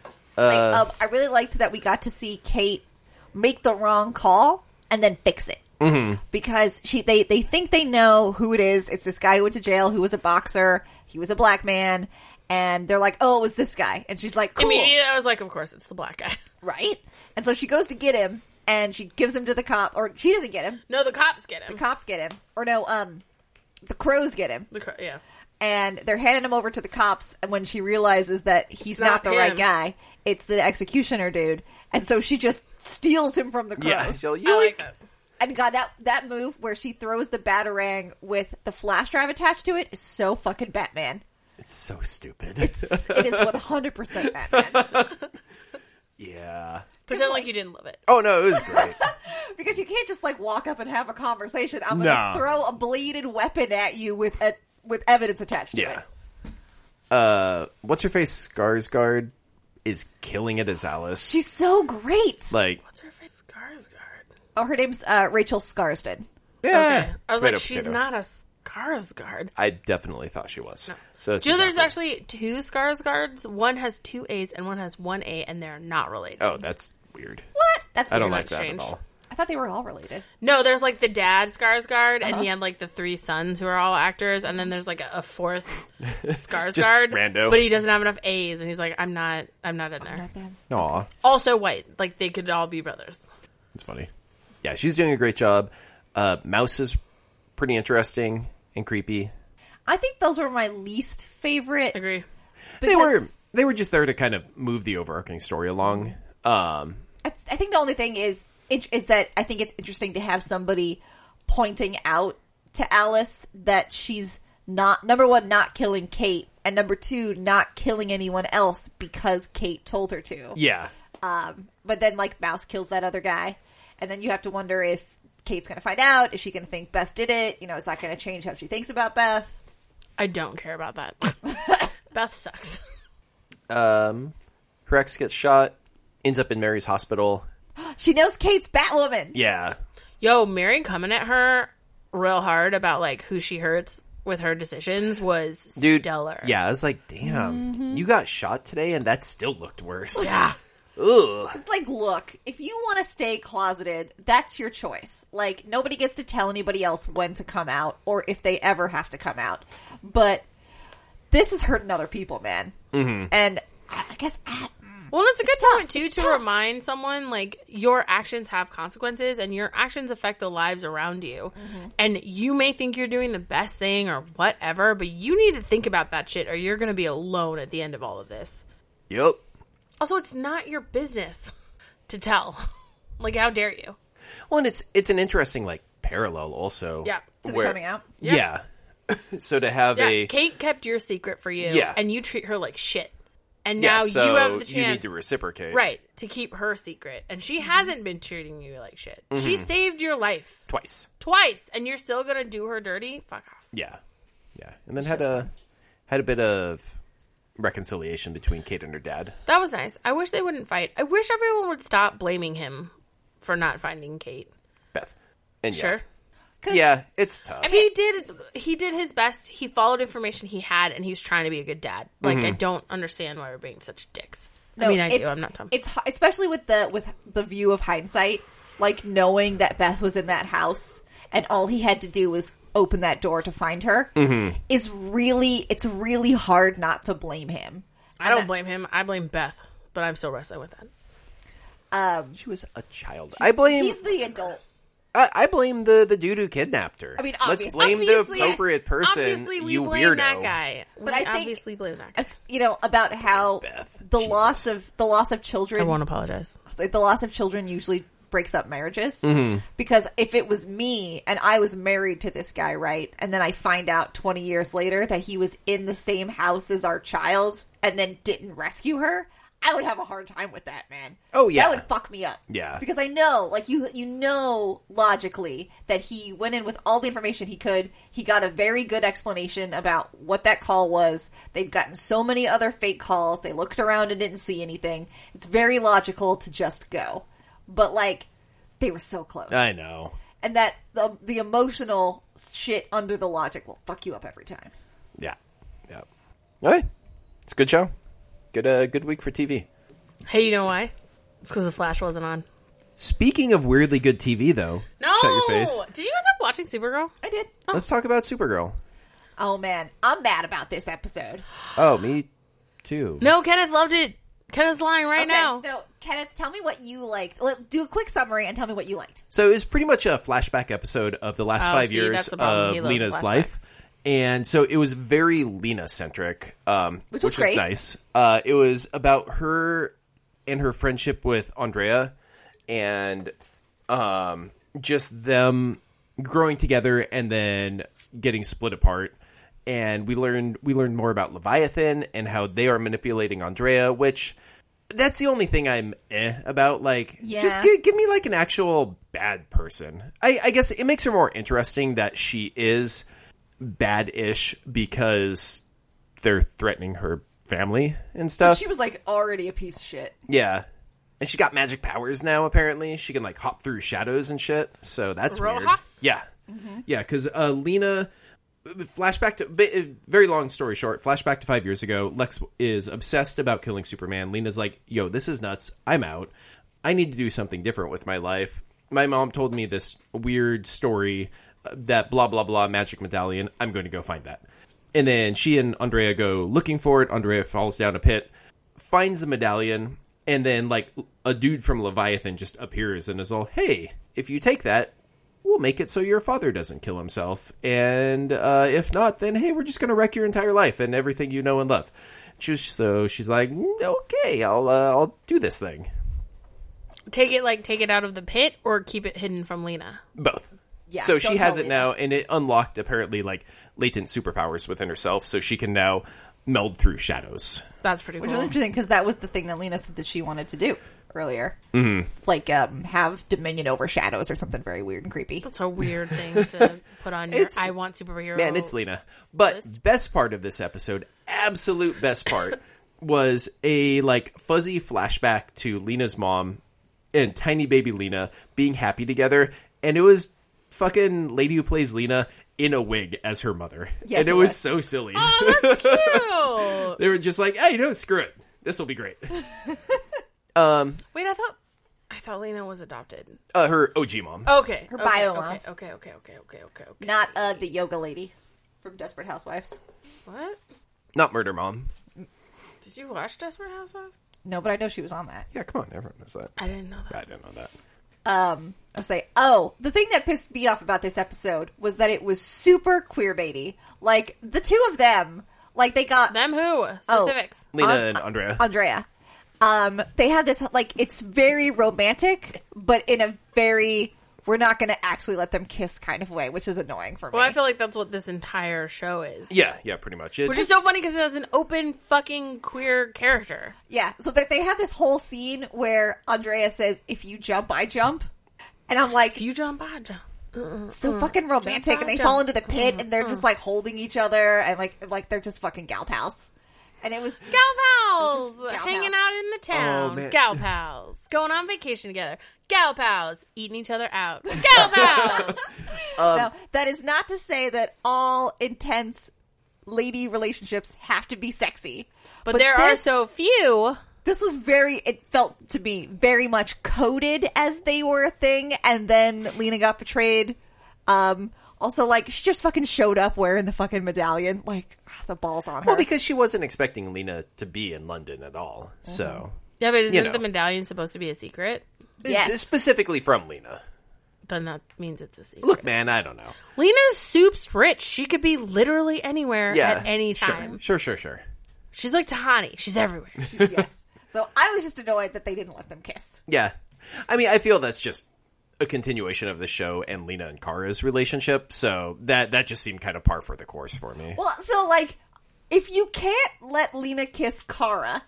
It's like, um, I really liked that we got to see Kate make the wrong call and then fix it. Mm-hmm. Because she, they, they think they know who it is. It's this guy who went to jail who was a boxer. He was a black man, and they're like, "Oh, it was this guy." And she's like, "Cool, Immediately, I was like, of course, it's the black guy. right?" And so she goes to get him, and she gives him to the cop, or she doesn't get him. No, the cops get him. The cops get him, or no, um, the crows get him, The co- yeah. and they're handing him over to the cops. And when she realizes that he's not, not the right him. guy, it's the executioner dude. And so she just steals him from the crows. yeah. So I you like that. And God, that that move where she throws the batarang with the flash drive attached to it is so fucking Batman. it's so stupid. It's, it is one hundred percent Batman yeah. Pretend like you didn't love it. Oh no, it was great. because you can't just like walk up and have a conversation. I'm gonna No. throw a bladed weapon at you with a with evidence attached to Yeah. it. Uh, what's her face? Skarsgård is killing it as Alice. She's so great. Like, What's her face? Skarsgård. Oh, her name's uh, Rachel Scarsden. yeah, Okay. I was Potato, like, she's potato. not a Skarsgård. I definitely thought she was. So it's Do you know just there's awkward. actually two Skarsgårds? One has two A's and one has one A, and they're not related. Oh, that's weird. What? That's I weird. don't That's like that strange. at all. I thought they were all related. No, there's like the dad Skarsgård, and he had like the three sons who are all actors, and then there's like a, a fourth Skarsgård, rando. but he doesn't have enough A's, and he's like, I'm not, I'm not in there. Not them. Aw, Also white, like they could all be brothers. it's funny. Yeah, she's doing a great job. Uh, Mouse is pretty interesting and creepy. I think those were my least favorite. Agree. They because were they were just there to kind of move the overarching story along. Um, I, I think the only thing is int- is that I think it's interesting to have somebody pointing out to Alice that she's not number one, not killing Kate, and number two, not killing anyone else because Kate told her to. Yeah. Um, but then like Mouse kills that other guy, and then you have to wonder if Kate's going to find out. Is she going to think Beth did it? You know, is that going to change how she thinks about Beth? I don't care about that. Beth sucks. Um, her ex gets shot, ends up in Mary's hospital. She knows Kate's Batwoman. Yeah. Yo, Marion coming at her real hard about like who she hurts with her decisions was Dude. stellar. Mm-hmm. Yeah, I was like, damn, you got shot today and that still looked worse. Yeah. Ugh. It's Like, look, if you want to stay closeted, that's your choice. Like, nobody gets to tell anybody else when to come out or if they ever have to come out. But this is hurting other people, man. Mm-hmm. And I I guess I, Well, it's a good time too to remind someone like your actions have consequences and your actions affect the lives around you. And you may think you're doing the best thing or whatever, but you need to think about that shit or you're going to be alone at the end of all of this. Yep. Also, it's not your business to tell. Like how dare you? Well, and it's it's an interesting like parallel also. Yeah. to the where- coming out. Yeah. so to have Yeah, a Kate kept your secret for you Yeah. and you treat her like shit. And yeah, now so you have the chance you need to reciprocate right to keep her secret and she hasn't been treating you like shit. She Mm-hmm. saved your life. twice. twice and you're still gonna do her dirty fuck off Yeah. Yeah. And then had a had a bit of reconciliation between Kate and her dad. that was nice i wish they wouldn't fight i wish everyone would stop blaming him for not finding kate Beth. And yeah. sure Yeah, it's tough. he did he did his best he followed information he had and he was trying to be a good dad like Mm-hmm. i don't understand why we're being such dicks i mean i do it's- i'm not dumb It's h- especially with the with the view of hindsight, like knowing that Beth was in that house and all he had to do was open that door to find her is really it's really hard not to blame him. i don't blame him i blame beth but i'm still wrestling with that Um, She was a child. I blame he's the adult. I, I blame the the dude who kidnapped her. I mean, let's obviously- blame Obviously- the appropriate person. obviously we you blame weirdo. that guy but we I think- obviously blame that guy I've s- You know about how Beth, the Jesus. loss of the loss of i children won't apologize like the loss of children usually breaks up marriages Mm-hmm. because if it was me and I was married to this guy, right? And then I find out 20 years later that he was in the same house as our child and then didn't rescue her, I would have a hard time with that, man. Oh, yeah. That would fuck me up. Yeah. Because I know, like you you know logically that he went in with all the information he could. He got a very good explanation about what that call was. They'd gotten so many other fake calls. They looked around and didn't see anything. It's very logical to just go. But like they were so close. I know. And that the, the emotional shit under the logic will fuck you up every time. Yeah. Yeah. All right. It's a good show. Good uh, good week for TV. hey you know why it's because the flash wasn't on Speaking of weirdly good TV though. no Oh. Shut your face. did you end up watching supergirl I did. Let's talk about Supergirl. Oh man, I'm mad about this episode. Oh, me too. No, Kenneth loved it. Kenneth's lying right now. No, Kenneth, tell me what you liked. Let, do a quick summary and tell me what you liked. So it was pretty much a flashback episode of the last Oh, five see, years that's the problem. of He loves Lena's flashbacks. life. And so it was very Lena centric, um, Which was great. nice. Uh, it was about her and her friendship with Andrea and um, just them growing together and then getting split apart. And we learned we learned more about Leviathan and how they are manipulating Andrea, which that's the only thing I'm eh about. Like, just Yeah. give, give me like an actual bad person. I, I guess it makes her more interesting that she is bad-ish because they're threatening her family and stuff. She was like already a piece of shit. Yeah. And she got magic powers now, apparently. She can, like, hop through shadows and shit. So that's weird. Rojas? Yeah. Yeah, because uh, Lena. Flashback to. bi- Very long story short, flashback to five years ago. Lex is obsessed about killing Superman. Lena's like, yo, this is nuts. I'm out. I need to do something different with my life. My mom told me this weird story uh, that blah, blah, blah, magic medallion. I'm going to go find that. And then she and Andrea go looking for it. Andrea falls down a pit finds the medallion, and then like a dude from Leviathan just appears and is all, "Hey, if you take that, we'll make it so your father doesn't kill himself, and uh, if not, then hey, we're just gonna wreck your entire life and everything you know and love." She was, so she's like, "Mm, "Okay, I'll uh, I'll do this thing." Take it like take it out of the pit or keep it hidden from Lena. Both. Yeah, so she don't has tell it me. now, and it unlocked apparently like latent superpowers within herself, so she can now meld through shadows. That's pretty Which cool. was interesting because that was the thing that Lena said that she wanted to do earlier. Mm-hmm. Like, um, have dominion over shadows or something very weird and creepy. That's a weird thing to put on your It's- I want superhero. Man, it's Lena. But List. best part of this episode, absolute best part, was a like fuzzy flashback to Lena's mom and tiny baby Lena being happy together, and it was fucking lady who plays Lena in a wig as her mother, Yes, and it it was was. so silly. Oh, that's cute. they were just like, "Hey, no, screw it. This will be great." Wait, I thought I thought Lena was adopted. Uh, her OG mom. Okay. Her bio mom. Okay, okay, okay, okay, okay, okay, okay. Not uh, the yoga lady from Desperate Housewives. What? Not murder mom. Did you watch Desperate Housewives? No, but I know she was on that. Yeah, come on, everyone knows that. I didn't know that. I didn't know that. Um, I'll say, oh, the thing that pissed me off about this episode was that it was super queer baity. Like the two of them, like they got Them who? Oh. Specifics. Lena Un- and Andrea. Andrea. Um, they had this like it's very romantic, but in a very we're not going to actually let them kiss kind of way, which is annoying for me. Well, I feel like that's what this entire show is. yeah, yeah, pretty much. It's, Which is so funny because it has an open fucking queer character. yeah, so that they had this whole scene where Andrea says, "If you jump, I jump," and I'm like, You jump, I jump. Mm-hmm. so fucking romantic, and they fall into the pit, and they're just like holding each other, and like like they're just fucking gal pals, and it was Gal pals! Just gal hanging pals. out in the Oh, town. man. gal pals. Going on vacation together. Gal pals. Eating each other out. Gal pals! now, that is not to say that all intense lady relationships have to be sexy. But, there are this- so few. this was very it felt to me very much coded as they were a thing and then lena got betrayed um also like she just fucking showed up wearing the fucking medallion like ah, the balls on her Well, because she wasn't expecting Lena to be in London at all. So, Yeah, but isn't You know. the medallion supposed to be a secret? Yes. specifically from Lena. Then that means it's a secret. Look, man, I don't know. Lena's soup's rich. She could be literally anywhere Yeah, at any time. Sure, sure, sure. sure. She's like Tahani. She's everywhere. yes so i was just annoyed that they didn't let them kiss Yeah, I mean, I feel that's just a continuation of the show and Lena and Kara's relationship. So that that just seemed kind of par for the course for me. well so like if you can't let lena kiss kara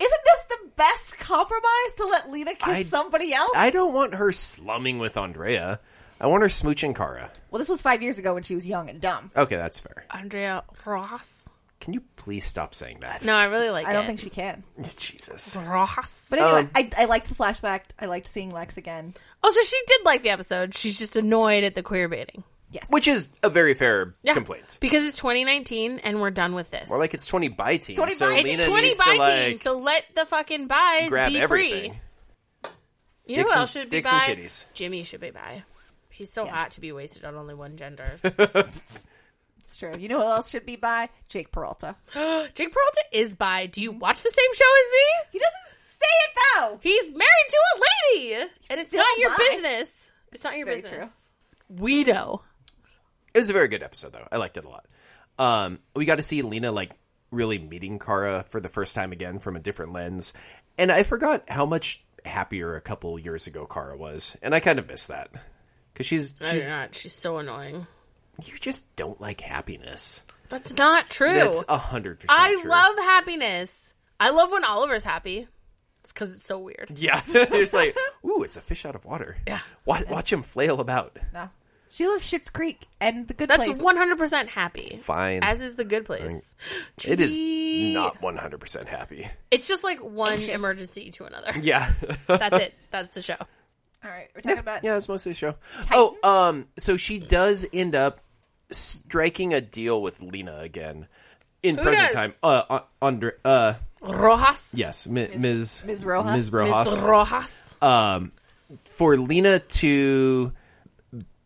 isn't this the best compromise to let lena kiss I- somebody else I don't want her slumming with Andrea. I want her smooching Kara. well this was five years ago when she was young and dumb Okay, that's fair. Andrea Ross. Can you please stop saying that? No, I really like i don't it. think she can Jesus. Ross. but anyway Um, I, I liked the flashback i liked seeing lex again Oh, so she did like the episode. She's just annoyed at the queer baiting. yes Which is a very fair Yeah. complaint. Because it's 2019 and we're done with this. Or like it's twenty by team. 20 so by team. Lena it's 20 needs by to, like, team, so let the fucking buys grab be everything. free. You know Dicks who and- else should be dicks and by? titties. Jimmy should be by. He's so Yes. hot to be wasted on only one gender. It's true. You know who else should be by? Jake Peralta. Jake Peralta is by. Do you watch the same show as me? He doesn't say it though. He's married to a lady, and it's Still not your bi. business. It's not your Very business. Weedo. It was a very good episode, though. I liked it a lot. Um, we got to see Lena like really meeting Kara for the first time again from a different lens, and I forgot how much happier a couple years ago Kara was, and I kind of miss that because she's Oh, she's not. She's so annoying. you just don't like happiness. That's not true. That's a hundred percent. I true. love happiness. I love when Oliver's happy. It's because it's so weird. Yeah, there's like, ooh, it's a fish out of water. Yeah. watch, watch him flail about. No. She loves Schitt's Creek and the good That's place. one hundred percent happy. Fine. As is the good place. It is Gee. not 100 percent happy. It's just like one Anxious. emergency to another. Yeah. That's it. That's the show. All right, we're talking about Yeah, it's mostly the show. Oh, um, so she does end up striking a deal with Lena again in present does? time. Uh, uh, Andre, uh, Rojas. yes, mi- Ms. Ms. Rojas? Ms. Rojas. Rojas, Uh, Um, Rojas. for Lena to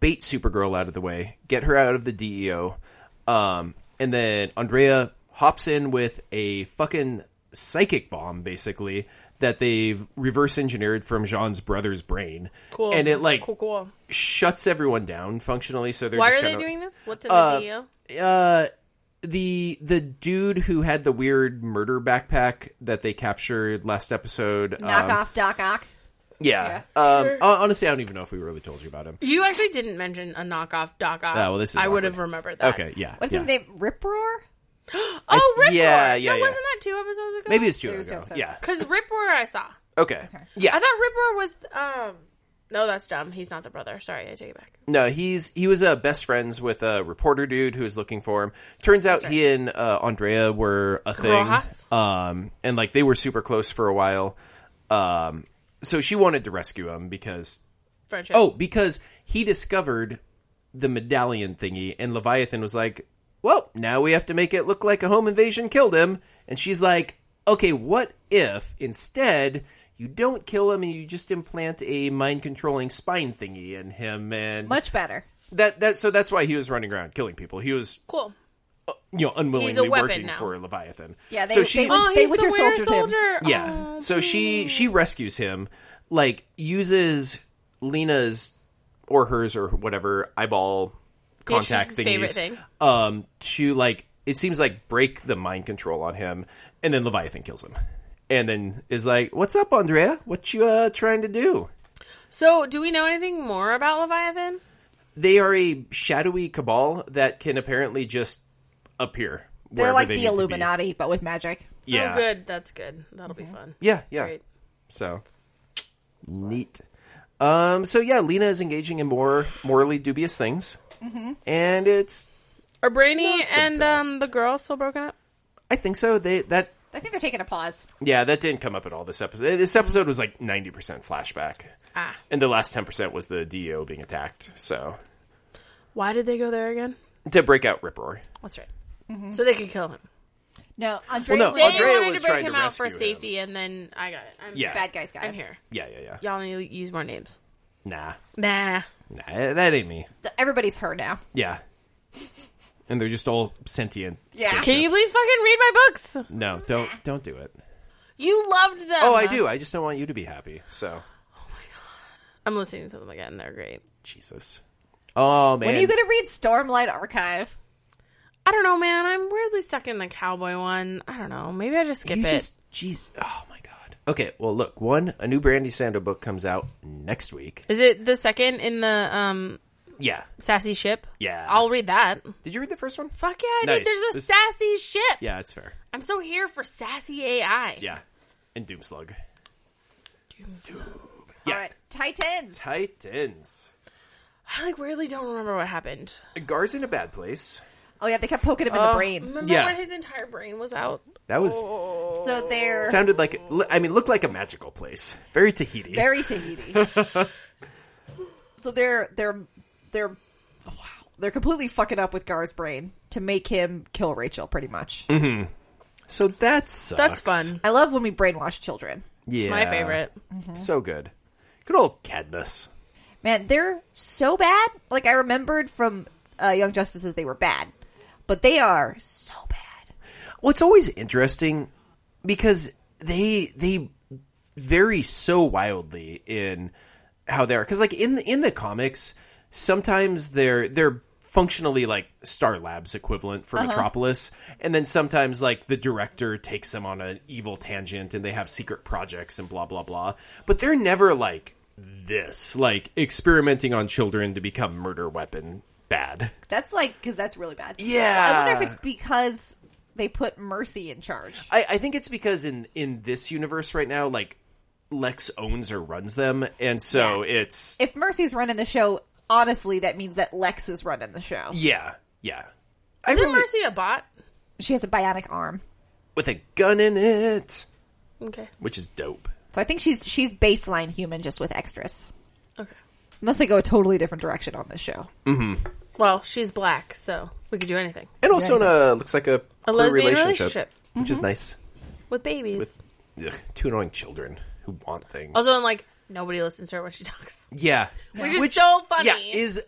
bait Supergirl out of the way, get her out of the DEO, um, and then Andrea hops in with a fucking psychic bomb, basically that they've reverse engineered from Jean's brother's brain. Cool. and it like cool. Cool. shuts everyone down functionally. So they're Why just are they kinda- doing this? What's in the Uh, DEO? Uh, the the dude who had the weird murder backpack that they captured last episode. um, knockoff Doc Ock. Yeah. Um, hon- Honestly, I don't even know if we really told you about him. You actually didn't mention a knockoff Doc Ock. Ah, well, this is I would awkward. have remembered that. Okay, yeah. What's yeah. his name? Rip Roar? Oh, Rip yeah, Roar. yeah, That yeah. wasn't that two episodes ago. Maybe it's two Maybe it's two ago. episodes. Yeah. because Rip Roar I saw. Okay. Yeah. I thought Rip Roar was um. No, that's dumb. He's not the brother. Sorry, I take it back. No, he's he was uh, best friends with a reporter dude who was looking for him. Turns out he and uh, Andrea were a thing, Rojas? um, and like they were super close for a while. Um, so she wanted to rescue him because Friendship. oh, because he discovered the medallion thingy, and Leviathan was like, "Well, now we have to make it look like a home invasion killed him," and she's like, "Okay, what if instead?" You don't kill him, and you just implant a mind-controlling spine thingy in him, and Much better. that that so that's why he was running around killing people. He was cool. you know unwillingly weapon working now. for Leviathan. Yeah, they- so she they- Oh, he's with the your weird soldier soldier. Tim. yeah. Oh, so she she rescues him, like uses Lena's or hers or whatever eyeball Yeah, she's contact his favorite thingies, thing. um to like it seems like break the mind control on him, and then Leviathan kills him, and then is like, "What's up, Andrea? What you uh, trying to do?" So, do we know anything more about Leviathan? they are a shadowy cabal that can apparently just appear. They're wherever like they the need to be. Illuminati, but with magic. Yeah. Oh, good. That's good. That'll be fun. Yeah, yeah. Great. So neat. Um. So yeah, Lena is engaging in more morally dubious things, and it's. Are Brainy and um the girl still broken up? I think so. They that I think they're taking a pause. yeah that didn't come up at all this episode. Eh, This episode was like ninety percent flashback, Ah. and the last ten percent was the DEO being attacked. So Why did they go there again? to break out Rip Roar. That's right. Mm-hmm. So they could kill him. No, Andrea Well, no, They was Andrea wanted was to break trying to him out for rescue safety, and then I got it. I'm, Yeah. bad guys guy. I'm here. Yeah, yeah, yeah. Y'all need to use more names. Nah, Nah. nah, eh, that ain't me. Everybody's her now. Yeah. And they're just all sentient. Yeah. spaceships. Can you please fucking read my books? No, don't don't do it. You loved them. Oh, I do. I just don't want you to be happy. So, I'm listening to them again. They're great. Jesus. Oh man. When are you going to read Stormlight Archive? I don't know, man. I'm weirdly stuck in the cowboy one. I don't know. Maybe I just skip You it. just jeez. Oh my god. Okay, well look, one a new Brandy Sando book comes out next week. Is it the second in the um Yeah. sassy ship? Yeah. I'll read that. Did you read the first one? Fuck yeah, I did. Nice. There's a This- sassy ship. Yeah, it's fair. I'm so here for sassy AI. Yeah. And Doomslug. All Yeah. right, Titans. Titans. I like weirdly don't remember what happened. Gar's in a bad place. Oh yeah, they kept poking him in the brain. Remember Yeah. when his entire brain was out? That was Oh. So they're sounded like I mean looked like a magical place. Very Tahiti. very Tahiti. so they're they're they're oh, wow, they're completely fucking up with Gar's brain to make him kill Rachel pretty much. so that's That's fun. I love when we brainwash children. Yeah. It's my favorite. So good. Good old Cadmus. Man, they're so bad. Like I remembered from uh, Young Justice that they were bad, but they are so bad. What's always interesting because they they vary so wildly in how they are cuz like in in the comics sometimes they're they're functionally like Star Labs equivalent for Metropolis and then sometimes like the director takes them on an evil tangent and they have secret projects and blah blah blah but they're never like this like experimenting on children to become murder weapon bad That's like because that's really bad. Yeah. I wonder if it's because they put Mercy in charge. I, I think it's because in in this universe right now, like Lex owns or runs them, and so it's If Mercy's running the show, honestly, that means that Lex is running the show. yeah, yeah. I Isn't really Mercy a bot? She has a bionic arm. with a gun in it, Okay. which is dope. So I think she's she's baseline human just with extras. Okay. Unless they go a totally different direction on this show. Well, she's black, so we could do anything. And also in a looks like a, queer lesbian relationship, relationship. which is nice. With babies. With ugh, two annoying children who want things. Although I'm like, nobody listens to her when she talks. yeah, Which is so funny. Yeah, is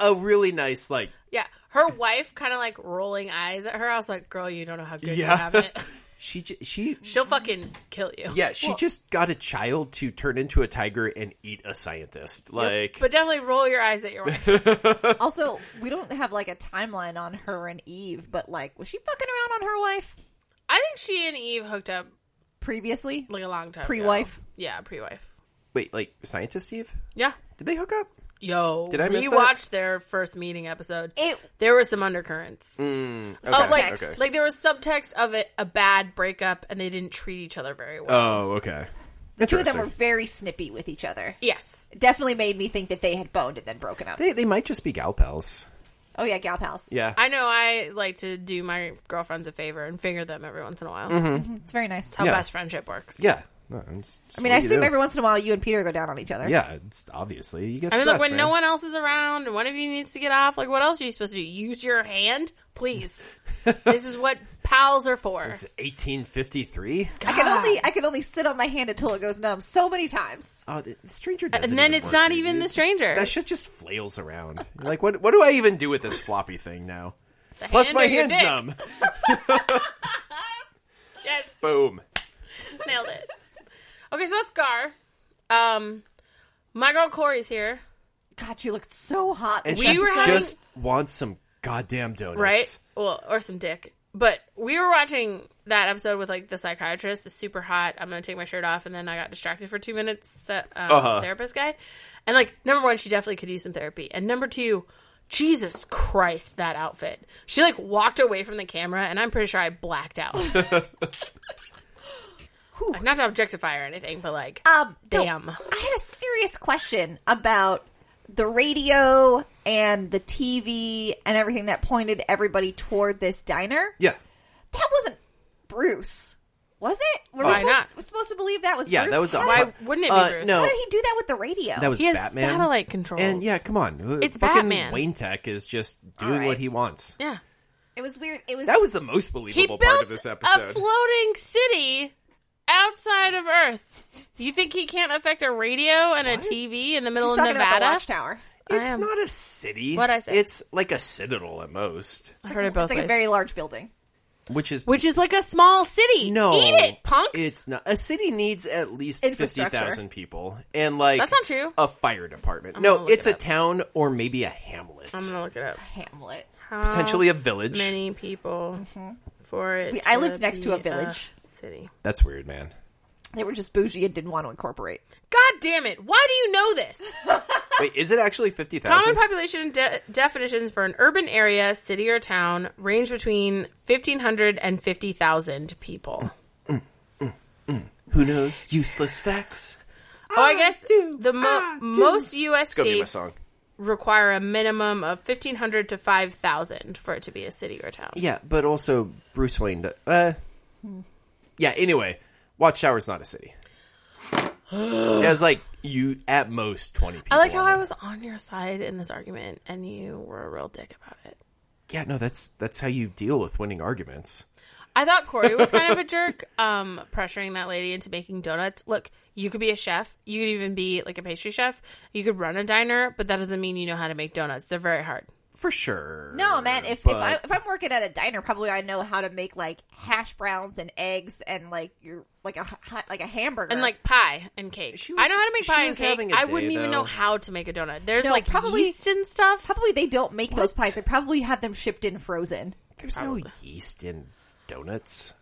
a really nice like Yeah, her wife kind of like rolling eyes at her. I was like, "Girl, you don't know how good you yeah. have it. she j- she She'll fucking kill you." yeah she just got a child to turn into a tiger and eat a scientist like but definitely roll your eyes at your wife. Also, we don't have like a timeline on her and Eve, but like was she fucking around on her wife I think she and Eve hooked up previously? like a long time. ago. Pre-wife? Yeah, pre-wife. Wait, like scientist Steve? Yeah. Did they hook up? Yo, Did I miss rewatch their first meeting episode. It- there were some undercurrents. Mm, Okay, Of, like, okay. like there was subtext of it, a bad breakup, and they didn't treat each other very well. oh, okay. The two of them Interesting. were very snippy with each other. yes, It definitely made me think that they had boned and then broken up. They they might just be gal pals. Oh yeah, gal pals. Yeah. I know. I like to do my girlfriends a favor and finger them every once in a while. It's very nice. How Mm-hmm. Yeah. best friendship works. yeah. No, it's- it's I mean, what I you assume do. every once in a while you and Peter go down on each other. Yeah, it's obviously you get. I mean, stressed, like when man. no one else is around and one of you needs to get off, like what else are you supposed to do? Use your hand, please. this is what pals are for. It's 1853. I can only I can only sit on my hand until it goes numb so many times. Oh, the the stranger. Doesn't then even it's work, not dude. even the It's stranger. Just, that shit just flails around. You're like, what? What do I even do with this floppy thing now? Plus, hand my or your hand's dick? numb. Yes, Boom. nailed it. Okay, so that's Gar. Um, my girl Corey's here, God, you looked so hot. And We she were having- just wants some goddamn donuts, right? Well, or some dick. But we were watching that episode with like the psychiatrist, the super hot. I'm gonna take my shirt off, and then I got distracted for two minutes. Uh, um, Uh-huh. Therapist guy, and like number one, she definitely could use some therapy, and number two. Jesus Christ, that outfit. She like walked away from the camera, and I'm pretty sure I blacked out. Like, Not to objectify or anything, but like, um, no, damn. I had a serious question about the radio and the TV and everything that pointed everybody toward this diner. Yeah. That wasn't Bruce, was it? Were we Why supposed, not? we're supposed to believe that was Yeah, Bruce? that was a How, Why wouldn't it be Uh, Bruce? no. how did he do that with the radio? That was He has Batman. satellite controls. And yeah, come on. Uh, It's Fucking Batman. Wayne Tech is just doing right. what he wants. Yeah. it was weird. It was That was the most He believable built part of this episode. a floating city outside of Earth. You think he can't affect a radio and a TV in the she's middle of talking about the Nevada? watchtower. it's am- not a city. What'd I say? It's like a citadel at most, I heard it both It's like a ways. very large building. which is Which is like a small city. no. Eat it, punks. It's not a city needs at least fifty Infrastructure. thousand people, and like That's not true. A fire department. gonna no, look it's it a up. town or maybe a hamlet, I'm gonna look it up. Hamlet. potentially a village. Many people for it. We- Mm-hmm. I to lived next to be uh, a village. city. That's weird, man. They were just bougie and didn't want to incorporate. God damn it! Why do you know this? Wait, is it actually fifty Common thousand? population de- definitions for an urban area, city, or town range between 1,500 and 50,000 people. Who knows? Useless facts. Oh, I guess do. the mo- I do. most U.S. Go be my states song. require a minimum of 1,500 to 5,000 for it to be a city or town. Yeah, but also Bruce Wayne. do- Uh, yeah. Anyway, Watchtower's not a city. it was like you at most twenty people. I like how on I it. was on your side in this argument, and you were a real dick about it. Yeah, no, that's that's how you deal with winning arguments. I thought Corey was kind of a jerk, um, pressuring that lady into making donuts. Look, you could be a chef. You could even be like a pastry chef. You could run a diner, but that doesn't mean you know how to make donuts. They're very hard. For sure. No, man. If if, I, if I'm working at a diner, probably I know how to make like hash browns and eggs and like your like a hot like a hamburger And like pie and cake. She was- I know how to make she pie and was cake. having a I day, wouldn't even though. know how to make a donut. There's No, like probably- yeast and stuff. probably they don't make those What? pies. They probably have them shipped in frozen. there's no yeast in donuts.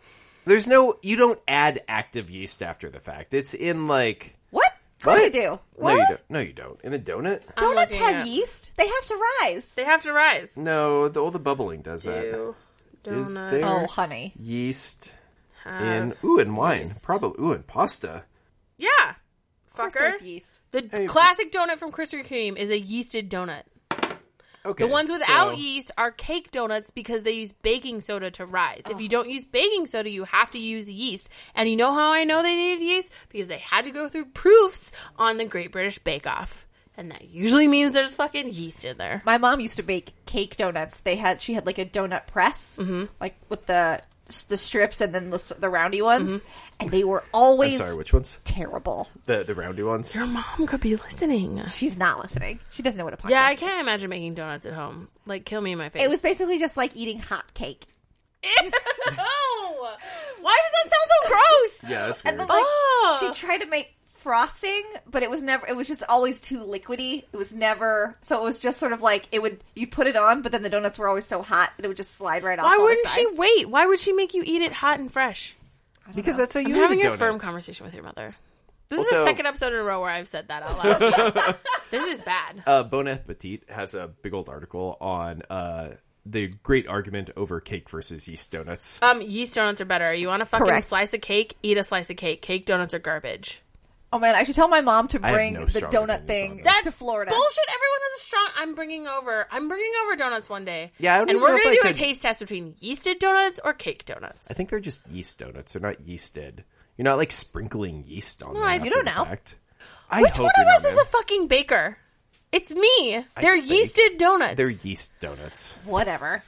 There's no you don't add active yeast after the fact. It's in like What? Of course What? you do. No, you What? don't. No, you don't. In a donut? I'm Donuts looking have at- yeast. They have to rise. They have to rise. No, the, all the bubbling does that. Two donuts. there- Oh, honey. Yeast have- in ooh and wine, probably ooh and pasta. yeah, Of course fucker. there's yeast. The Hey. classic donut from Krispy Kreme is a yeasted donut. Okay, The ones without so- yeast are cake donuts because they use baking soda to rise. If you don't use baking soda, you have to use yeast. And you know how I know they needed yeast? Because they had to go through proofs on the Great British Bake Off. And that usually means there's fucking yeast in there. My mom used to bake cake donuts. They had she had like a donut press, Mm-hmm. like with the the strips and then the, the roundy ones, Mm-hmm. and they were I'm always sorry, which ones? terrible. The the roundy ones. Your mom could be listening. She's not listening. She doesn't know what a podcast. Yeah, I is. can't imagine making donuts at home. Like, kill me in my face. It was basically just like eating hot cake. Ew! Why does that sound so gross? Yeah, that's And weird. then, like, Oh. she tried to make frosting, but it was never. It was just always too liquidy. It was never. So it was just sort of like it would. You would put it on, but then the donuts were always so hot that it would just slide right off. Why all the wouldn't she sides. wait? Why would she make you eat it hot and fresh? because that's how you I'm eat having a a firm donut. conversation with your mother. This is Also- the second episode in a row where I've said that out loud. this is bad. Uh, bon Appetit has a big old article on uh, the great argument over cake versus yeast donuts. Um, yeast donuts are better. You want a fucking Correct. slice of cake? Eat a slice of cake. Cake donuts are garbage. Oh man, I should tell my mom to have bring no the strong donut opinions on thing this. That's to Florida. Bullshit. Everyone has a strong. I'm bringing over. I'm bringing over donuts one day. Yeah, I don't and even we're know if gonna I do could- a taste test between yeasted donuts or cake donuts. I think they're just yeast donuts. They're not yeasted. You're not like sprinkling yeast on them. I- after you don't the know. fact. I Which hope one you're of us not, is a man. fucking baker? It's me. They're bake. yeasted donuts. They're yeast donuts. Whatever.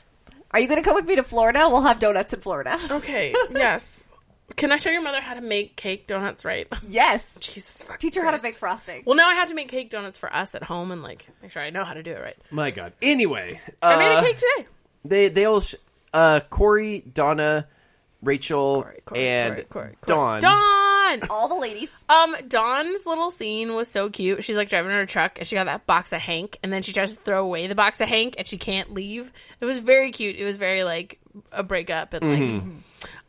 Are you going to come with me to Florida? We'll have donuts in Florida. okay. yes. Can I show your mother how to make cake donuts right? yes. Jesus fucking Teach her how to Christ. make frosting. Well, now I have to make cake donuts for us at home and like make sure I know how to do it right. My God. Anyway, I made uh, a cake today. they they all sh- uh, Corey, Donna, Rachel, Corey, and Corey, Corey, Corey. Dawn. Dawn. All the ladies. Um, Dawn's little scene was so cute. She's like driving her truck and she got that box of Hank and then she tries to throw away the box of Hank and she can't leave. It was very cute. It was very like a breakup and Mm-hmm. like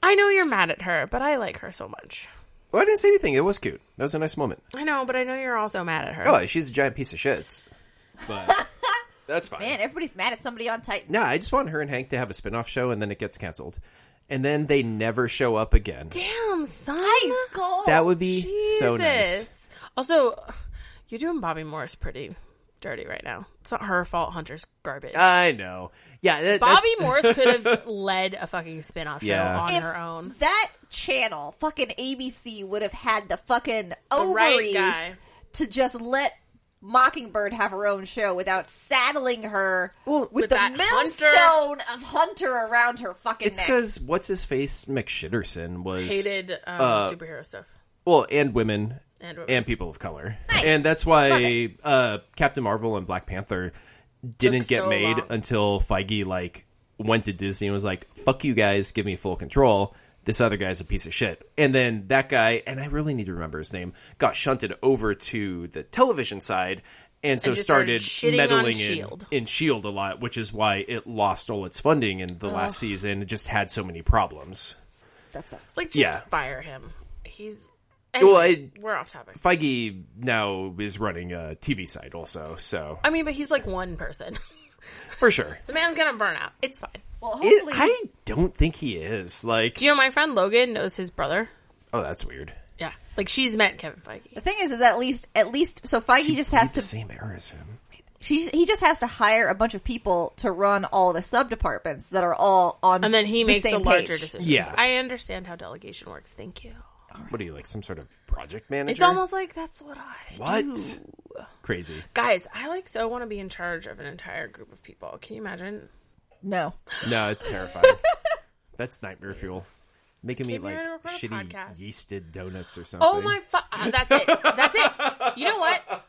I know you're mad at her, but I like her so much. Well, I didn't say anything. It was cute. That was a nice moment. I know, but I know you're also mad at her. Oh, she's a giant piece of shit. But that's fine. Man, everybody's mad at somebody on Titan. No, I just want her and Hank to have a spin-off show and then it gets canceled. And then they never show up again. Damn, son. Ice cold. That would be Jesus. so nice. Also, you're doing Bobby Morris pretty dirty right now. It's not her fault. Hunter's garbage. I know. Yeah, that, Bobby Uh, that's- Morris could have led a fucking spin-off show Yeah. on If her own. That channel, fucking ABC, would have had the fucking right ovaries guy. to just let Mockingbird have her own show without saddling her with, with the that hunter. millstone of Hunter around her fucking It's neck. because what's his face McShitterson was hated um, Uh, superhero stuff. well, and women And women. and people of color, and that's why uh, Captain Marvel and Black Panther didn't Took get so made long. until Feige like went to Disney and was like, "Fuck you guys, give me full control." This other guy's a piece of shit, and then that guy, and I really need to remember his name, got shunted over to the television side, and so And just started, started shitting on meddling S.H.I.E.L.D.. in in Shield E a lot, which is why it lost all its funding in the last season. It just had so many problems. that sucks. It's like just Yeah. fire him. He's Well, anyway, we're off topic. Feige now is running a TV site also, so I mean, but he's like one person. for sure. the man's gonna burn out. It's fine. Well, It- hopefully, I don't think he is. Like, Do you know my friend Logan knows his brother? oh, that's weird. Yeah, like she's met Kevin Feige. the thing is, is at least, at least, so Feige just has He's the to same era as him. she he just has to hire a bunch of people to run all the sub departments that are all on And then he the makes the same larger page. decisions. Yeah. I understand how delegation works. Thank you. What are you like? Some sort of project manager? It's almost like that's what I What? do. crazy. Guys, I like so want to be in charge of an entire group of people. Can you imagine? No, No, it's terrifying. that's nightmare fuel. Making me Maybe like I record a shitty podcast. yeasted donuts or something. Oh my fu- uh, That's it. That's it. You know what?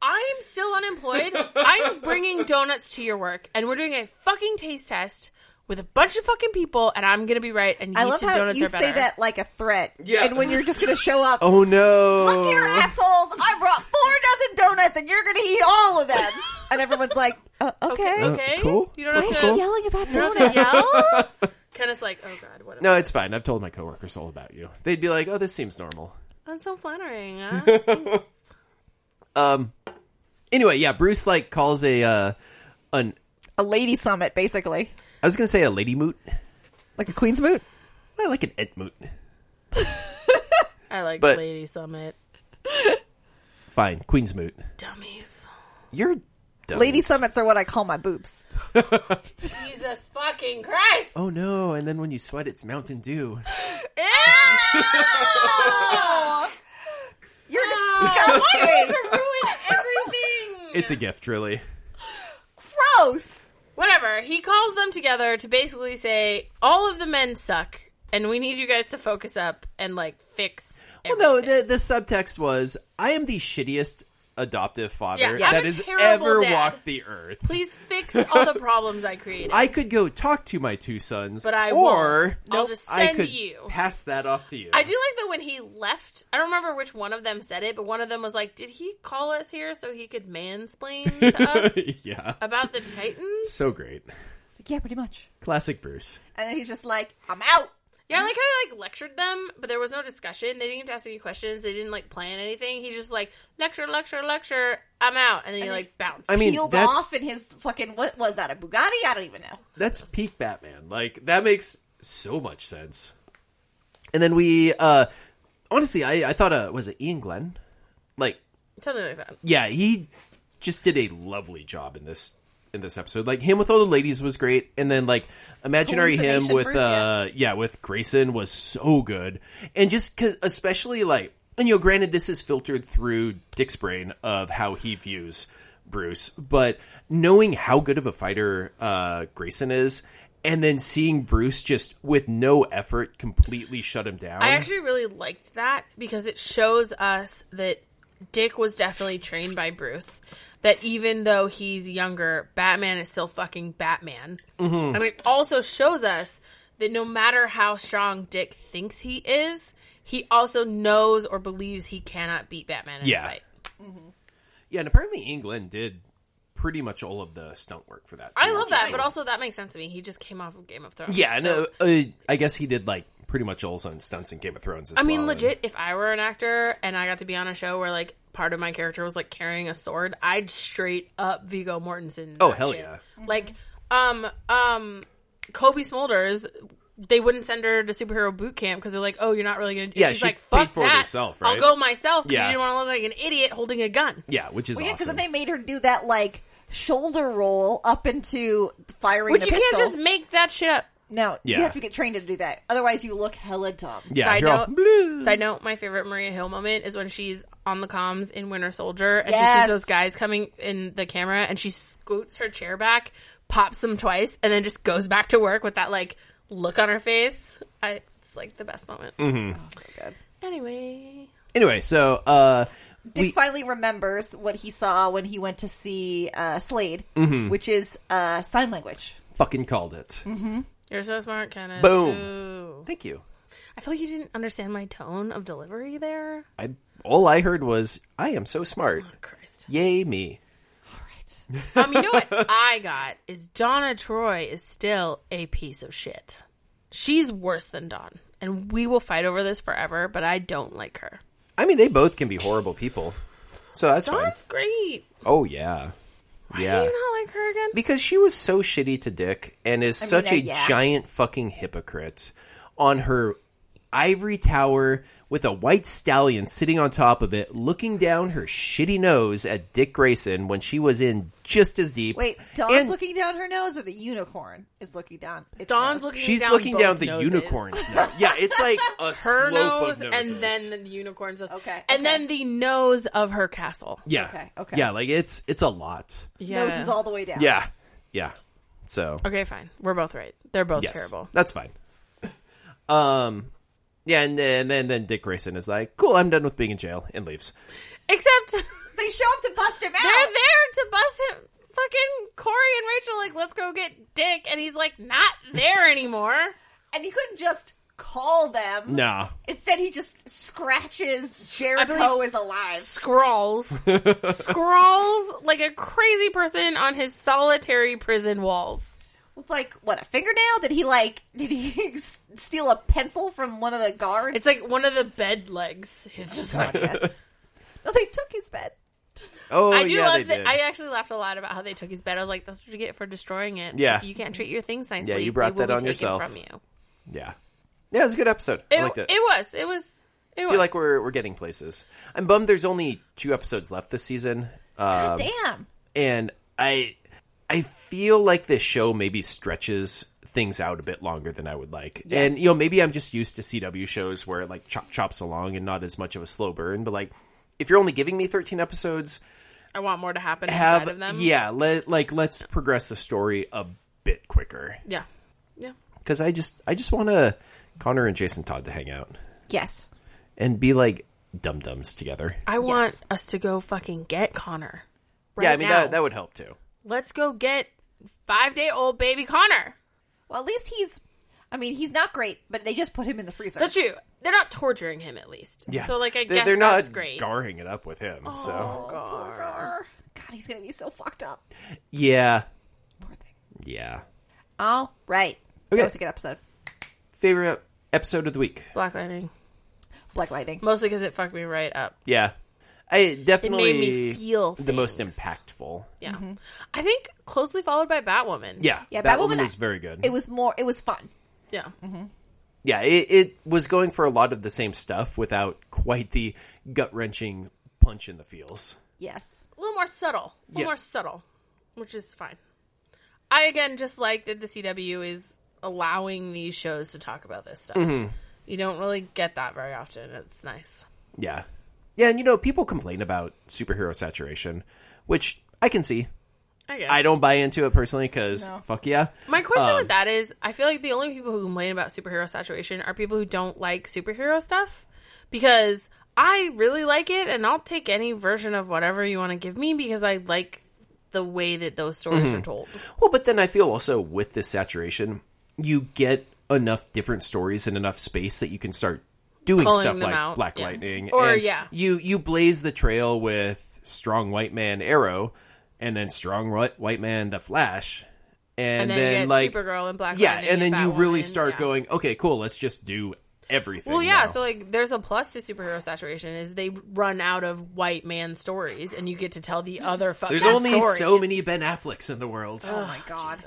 I'm still unemployed. I'm bringing donuts to your work, and we're doing a fucking taste test with a bunch of fucking people, and I'm gonna be right. And yeast I love and how donuts you are better. say that like a threat. Yeah. and when you're just going to show up. Oh no! Look here, assholes! I brought four dozen donuts, and you're going to eat all of them. And everyone's like, uh, "Okay, Uh, Okay. Oh. cool. You don't why have is to, she you yelling about don't have donuts?" to yell. kind of like, oh god, what? No, it's fine. I've told my coworkers all about you. They'd be like, "Oh, this seems normal." That's so flattering. huh? Anyway, yeah, Bruce like calls a uh, an A lady summit, basically, I was gonna say a lady moot. like a queen's moot. I like an et moot. I like But- Lady Summit Fine, Queen's moot. dummies. You're dumb. Lady summits are what I call my boobs. Jesus fucking Christ! Oh no! And then when you sweat, it's Mountain Dew. You're Ah, disgusting, ruin everything. It's a gift, really. gross. whatever. He calls them together to basically say all of the men suck, and we need you guys to focus up and like fix. Well, no. The the subtext was, I am the shittiest adoptive Yeah, father I'm that a has terrible ever dad. walked the earth. Please fix all the problems I created. I could go talk to my two sons, But I or won't. I'll just I send could you. pass that off to you. I do like that when he left. I don't remember which one of them said it, but one of them was like, "Did he call us here so he could mansplain to us yeah, about the Titans?" so great. Yeah, pretty much. Classic Bruce. And then he's just like, "I'm out." Yeah, I like how he like lectured them, but there was no discussion. They didn't get to ask any questions. They didn't like plan anything. He just like lecture, lecture, lecture. I'm out, and then he And like bounced. I mean, peeled that's- off in his fucking what was that a Bugatti? I don't even know. That's peak Batman. Like that makes so much sense. And then we uh honestly I I thought uh was it Ian Glenn? Like Something like that. yeah, he just did a lovely job in this in this episode. Like him with all the ladies was great and then like imaginary him Hallucination with Bruce, uh yeah, with Grayson was so good. And just cuz especially like and you know granted this is filtered through Dick's brain of how he views Bruce, but knowing how good of a fighter uh Grayson is and then seeing Bruce just with no effort completely shut him down. I actually really liked that because it shows us that Dick was definitely trained by Bruce. That even though he's younger, Batman is still fucking Batman. Mm-hmm. And it also shows us that no matter how strong Dick thinks he is, he also knows or believes he cannot beat Batman in Yeah. a fight. yeah, and apparently England did pretty much all of the stunt work for that. I too, love which is that, cool. but also that makes sense to me. He just came off of Game of Thrones. Yeah, and so- uh, uh, I guess he did like pretty much all on stunts in Game of Thrones. As I mean, well, and- legit, if I were an actor and I got to be on a show where like part of my character was like carrying a sword, I'd straight up Vigo Mortensen. Oh, that hell shit. yeah. Like, um, um, Kobe Smulders, they wouldn't send her to superhero boot camp because they're like, oh, you're not really gonna. do Yeah, she's she like, fuck paid for it that. herself, I'll right? go myself because Yeah. you didn't want to look like an idiot holding a gun. yeah, which is Well, yeah, because awesome. then they made her do that like shoulder roll up into firing Which the you pistol. can't just make that shit up. no, Yeah. you have to get trained to do that. Otherwise, you look hella dumb. yeah, side you're all, note, "Bleh." side note, my favorite Maria Hill moment is when she's on the comms in Winter Soldier and she Yes. sees those guys coming in the camera and she scoots her chair back, pops them twice, and then just goes back to work with that like look on her face. I, it's like the best moment. Mm-hmm. Oh, So good. Anyway, Anyway, so uh, Dick we, finally remembers what he saw when he went to see uh, Slade, Mm-hmm. which is uh, sign language. fucking called it. Mm-hmm. you're so smart, Kenneth. Boom. Ooh. Thank you. I feel like you didn't understand my tone of delivery there. I all I heard was I am so smart. Christ. Yay me. All right. Um, you know what I got is Donna Troy is still a piece of shit. She's worse than Dawn, and we will fight over this forever. But I don't like her. I mean, they both can be horrible people, so that's fine. Dawn's great. Oh yeah, yeah. Do you not like her again? because she was so shitty to Dick and is such uh, a yeah. giant fucking hypocrite on her ivory tower with a white stallion sitting on top of it, looking down her shitty nose at Dick Grayson when she was in just as deep. Wait, Dawn's And looking down her nose, or the unicorn is looking down. Its Dawn's nose? looking. She's down looking both down the noses. unicorn's nose. Yeah, it's like a Her slope nose, of noses. and then the unicorn's nose. Okay, okay. and then the nose of her castle. yeah, Okay, okay. yeah, like it's it's a lot. Yeah. nose is all the way down. Yeah, yeah. So okay, fine. We're both right. They're both Yes. terrible. That's fine. Um, yeah, and then, and then then Dick Grayson is like, "Cool, I'm done with being in jail," and leaves. Except they're They show up to bust him out. there to bust him. Fucking Corey and Rachel like, let's go get Dick, and he's like, not there anymore. and he couldn't just call them. Nah, Instead, he just scratches Jericho believe- is alive. scrawls scrawls like a crazy person on his solitary prison walls. With like what a fingernail? Did he like? Did he s- steal a pencil from one of the guards? It's like one of the bed legs. It's just like yes. No, they took his bed. Oh, I do yeah, love they that. did. I actually laughed a lot about how they took his bed. I was like, "That's what you get for destroying it." Yeah. if you can't treat your things nicely, you brought they will that be on taken yourself. From you, yeah, yeah, it was a good episode. it, I liked it. it was, it was, it I was. feel like we're we're getting places. I'm bummed. There's only two episodes left this season, uh, Damn. and I I feel like this show maybe stretches things out a bit longer than I would like. Yes. And you know, maybe I'm just used to CW shows where it, like chop chops along and not as much of a slow burn. But like, if you're only giving me 13 episodes, I want more to happen have inside of them. yeah, let like let's progress the story a bit quicker yeah, yeah. because I just I just want to Connor and Jason Todd to hang out. Yes. and be like dum dums together. I want us to go fucking get Connor. Right yeah, I mean now. that that would help too. Let's go get five day old baby Connor. Well, at least he's. I mean, he's not great, but they just put him in the freezer. That's true. They're not torturing him at least. Yeah, So like I They- guess they're not that's great. garring it up with him. So Oh, poor Gar. God, he's gonna be so fucked up. yeah, Poor thing. yeah. All right. Okay. That was a good episode. Favorite episode of the week. Black Lightning. Black Lightning. Mostly because it fucked me right up. Yeah, I definitely me feel the most things. impactful. Yeah. I think closely followed by Batwoman. Yeah, Yeah, that Batwoman, woman I- was very good. It was more. It was fun. Yeah. yeah, it, it was going for a lot of the same stuff without quite the gut wrenching punch in the feels. Yes. A little more subtle. A little Yeah. more subtle, which is fine. I, again, just like that the CW is allowing these shows to talk about this stuff. Mm-hmm. You don't really get that very often. It's nice. Yeah, yeah, and you know, people complain about superhero saturation, which I can see. I guess. I don't buy into it personally because No. fuck yeah. My question Um, with that is I feel like the only people who complain about superhero saturation are people who don't like superhero stuff because I really like it and I'll take any version of whatever you want to give me because I like the way that those stories Mm-hmm. are told. Well, but then I feel also with this saturation, you get enough different stories and enough space that you can start doing Culling stuff them like out, Black yeah. Lightning. Or, and yeah. you you blaze the trail with Strong White Man Arrow, and then Strong Whi- White Man The Flash, and, And then, you get like Supergirl and Black yeah, Lightning and then you really Batwoman, start yeah. going okay, cool, let's just do everything. Well, yeah. now. So like, there's a plus to superhero saturation is they run out of white man stories, and you get to tell the other fucking. there's only so stories. many Ben Afflecks in the world. Oh my god.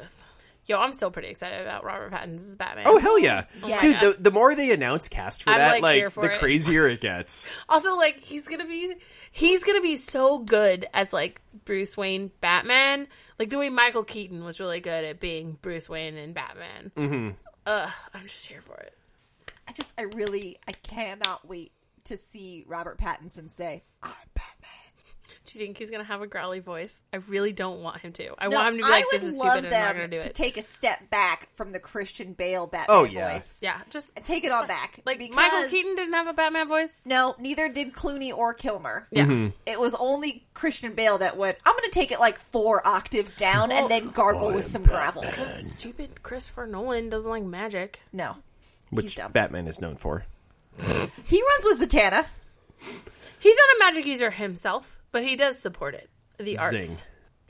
Yo, I'm still pretty excited about Robert Pattinson's Batman. Oh hell yeah, Yeah. dude! The, the more they announce cast for I'm, that, like, like, here for the it. crazier it gets. Also, like he's gonna be he's gonna be so good as like Bruce Wayne Batman. Like the way Michael Keaton was really good at being Bruce Wayne and Batman. Mm-hmm. Ugh, I'm just here for it. I just. I really. I cannot wait to see Robert Pattinson say, "I'm Batman." Do you think he's gonna have a growly voice? I really don't want him to. I No, want him to be I like, would "This is love stupid, and I'm not them gonna do to it." take a step back from the Christian Bale Batman Oh, yeah. voice. yeah, just Take it all back. like because- Michael Keaton didn't have a Batman voice. No, neither did Clooney or Kilmer. Yeah. It was only Christian Bale that went, I'm going to take it like four octaves down and then gargle with some gravel. Stupid Christopher Nolan doesn't like magic. No. which dumb. Batman is known for. He runs with Zatanna. He's not a magic user himself, but he does support it. The arts. Zing.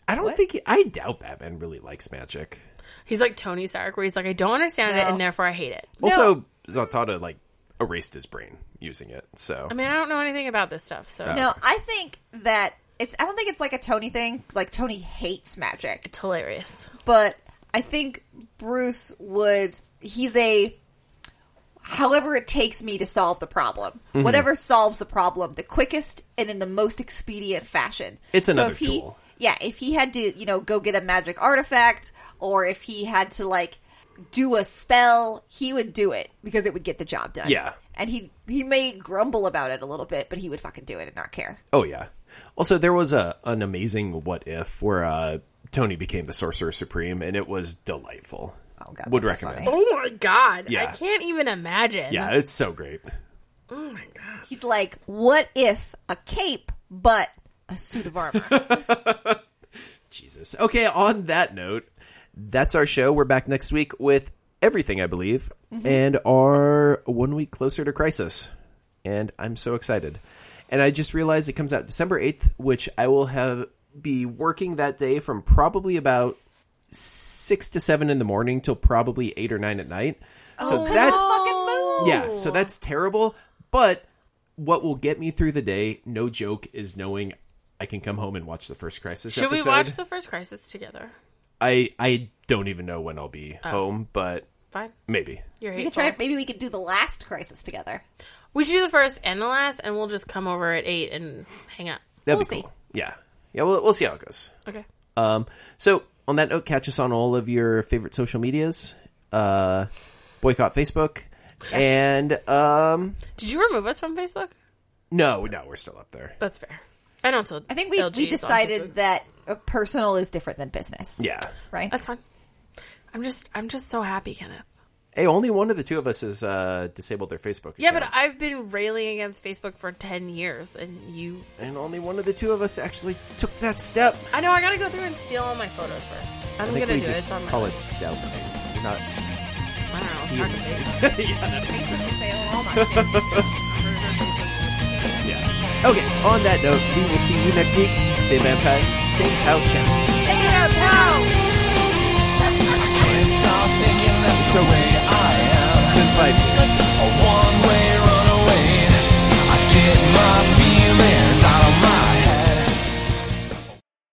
I don't think he, I doubt Batman really likes magic. He's like Tony Stark, where he's like, I don't understand it, No. and therefore I hate it. Also, Zatanna like erased his brain using it. So I mean, I don't know anything about this stuff, so No, I think that it's, I don't think it's like a Tony thing. Like, Tony hates magic. it's hilarious. But I think Bruce would, he's a, however it takes me to solve the problem. Mm-hmm. Whatever solves the problem the quickest and in the most expedient fashion. It's another if he, tool. Yeah, if he had to, you know, go get a magic artifact or if he had to like do a spell, he would do it because it would get the job done. Yeah. And he he may grumble about it a little bit, but he would fucking do it and not care. oh yeah. Also, there was a an amazing what if where uh, Tony became the Sorcerer Supreme, and it was delightful. Oh, God, would that's recommend. funny. Oh my god, I Yeah. can't even imagine. Yeah, it's so great. Oh my god. He's like, "What if a cape but a suit of armor?" Jesus. Okay. On that note, that's our show. We're back next week with everything I believe, and are one week closer to Crisis, and I'm so excited. And I just realized it comes out December eighth, which I will have be working that day from probably about six to seven in the morning till probably eight or nine at night. so Oh, that's fucking moon. yeah, so that's terrible. But what will get me through the day, no joke, is knowing I can come home and watch the first Crisis Should episode. we watch the first Crisis together? I I don't even know when I'll be Oh. home, but Fine. maybe. You're We could hateful. try. Maybe we could do the last crisis together. we should do the first and the last, and we'll just come over at eight and hang out. That'd We'll be see. cool. Yeah. Yeah, we'll, we'll see how it goes. Okay. Um, so on that note, catch us on all of your favorite social medias. Uh, boycott Facebook. And um, Did you remove us from Facebook? no, no, we're still up there. That's fair. I don't. Tell I think we we decided that uh, personal is different than business. Yeah. Right. That's fine. I'm just I'm just so happy, Kenneth. Hey, only one of the two of us has uh, disabled their Facebook. Yeah, but account. I've been railing against Facebook for ten years, and you. and only one of the two of us actually took that step. I know I gotta go through and steal all my photos first. I'm I think gonna do we it. just It's on my. call it list. down. You're not. I don't know. Talk to me. oh, Yeah. Okay. On that note, we will see you next week. Same bad time, same out channel. Stop thinking that's the way I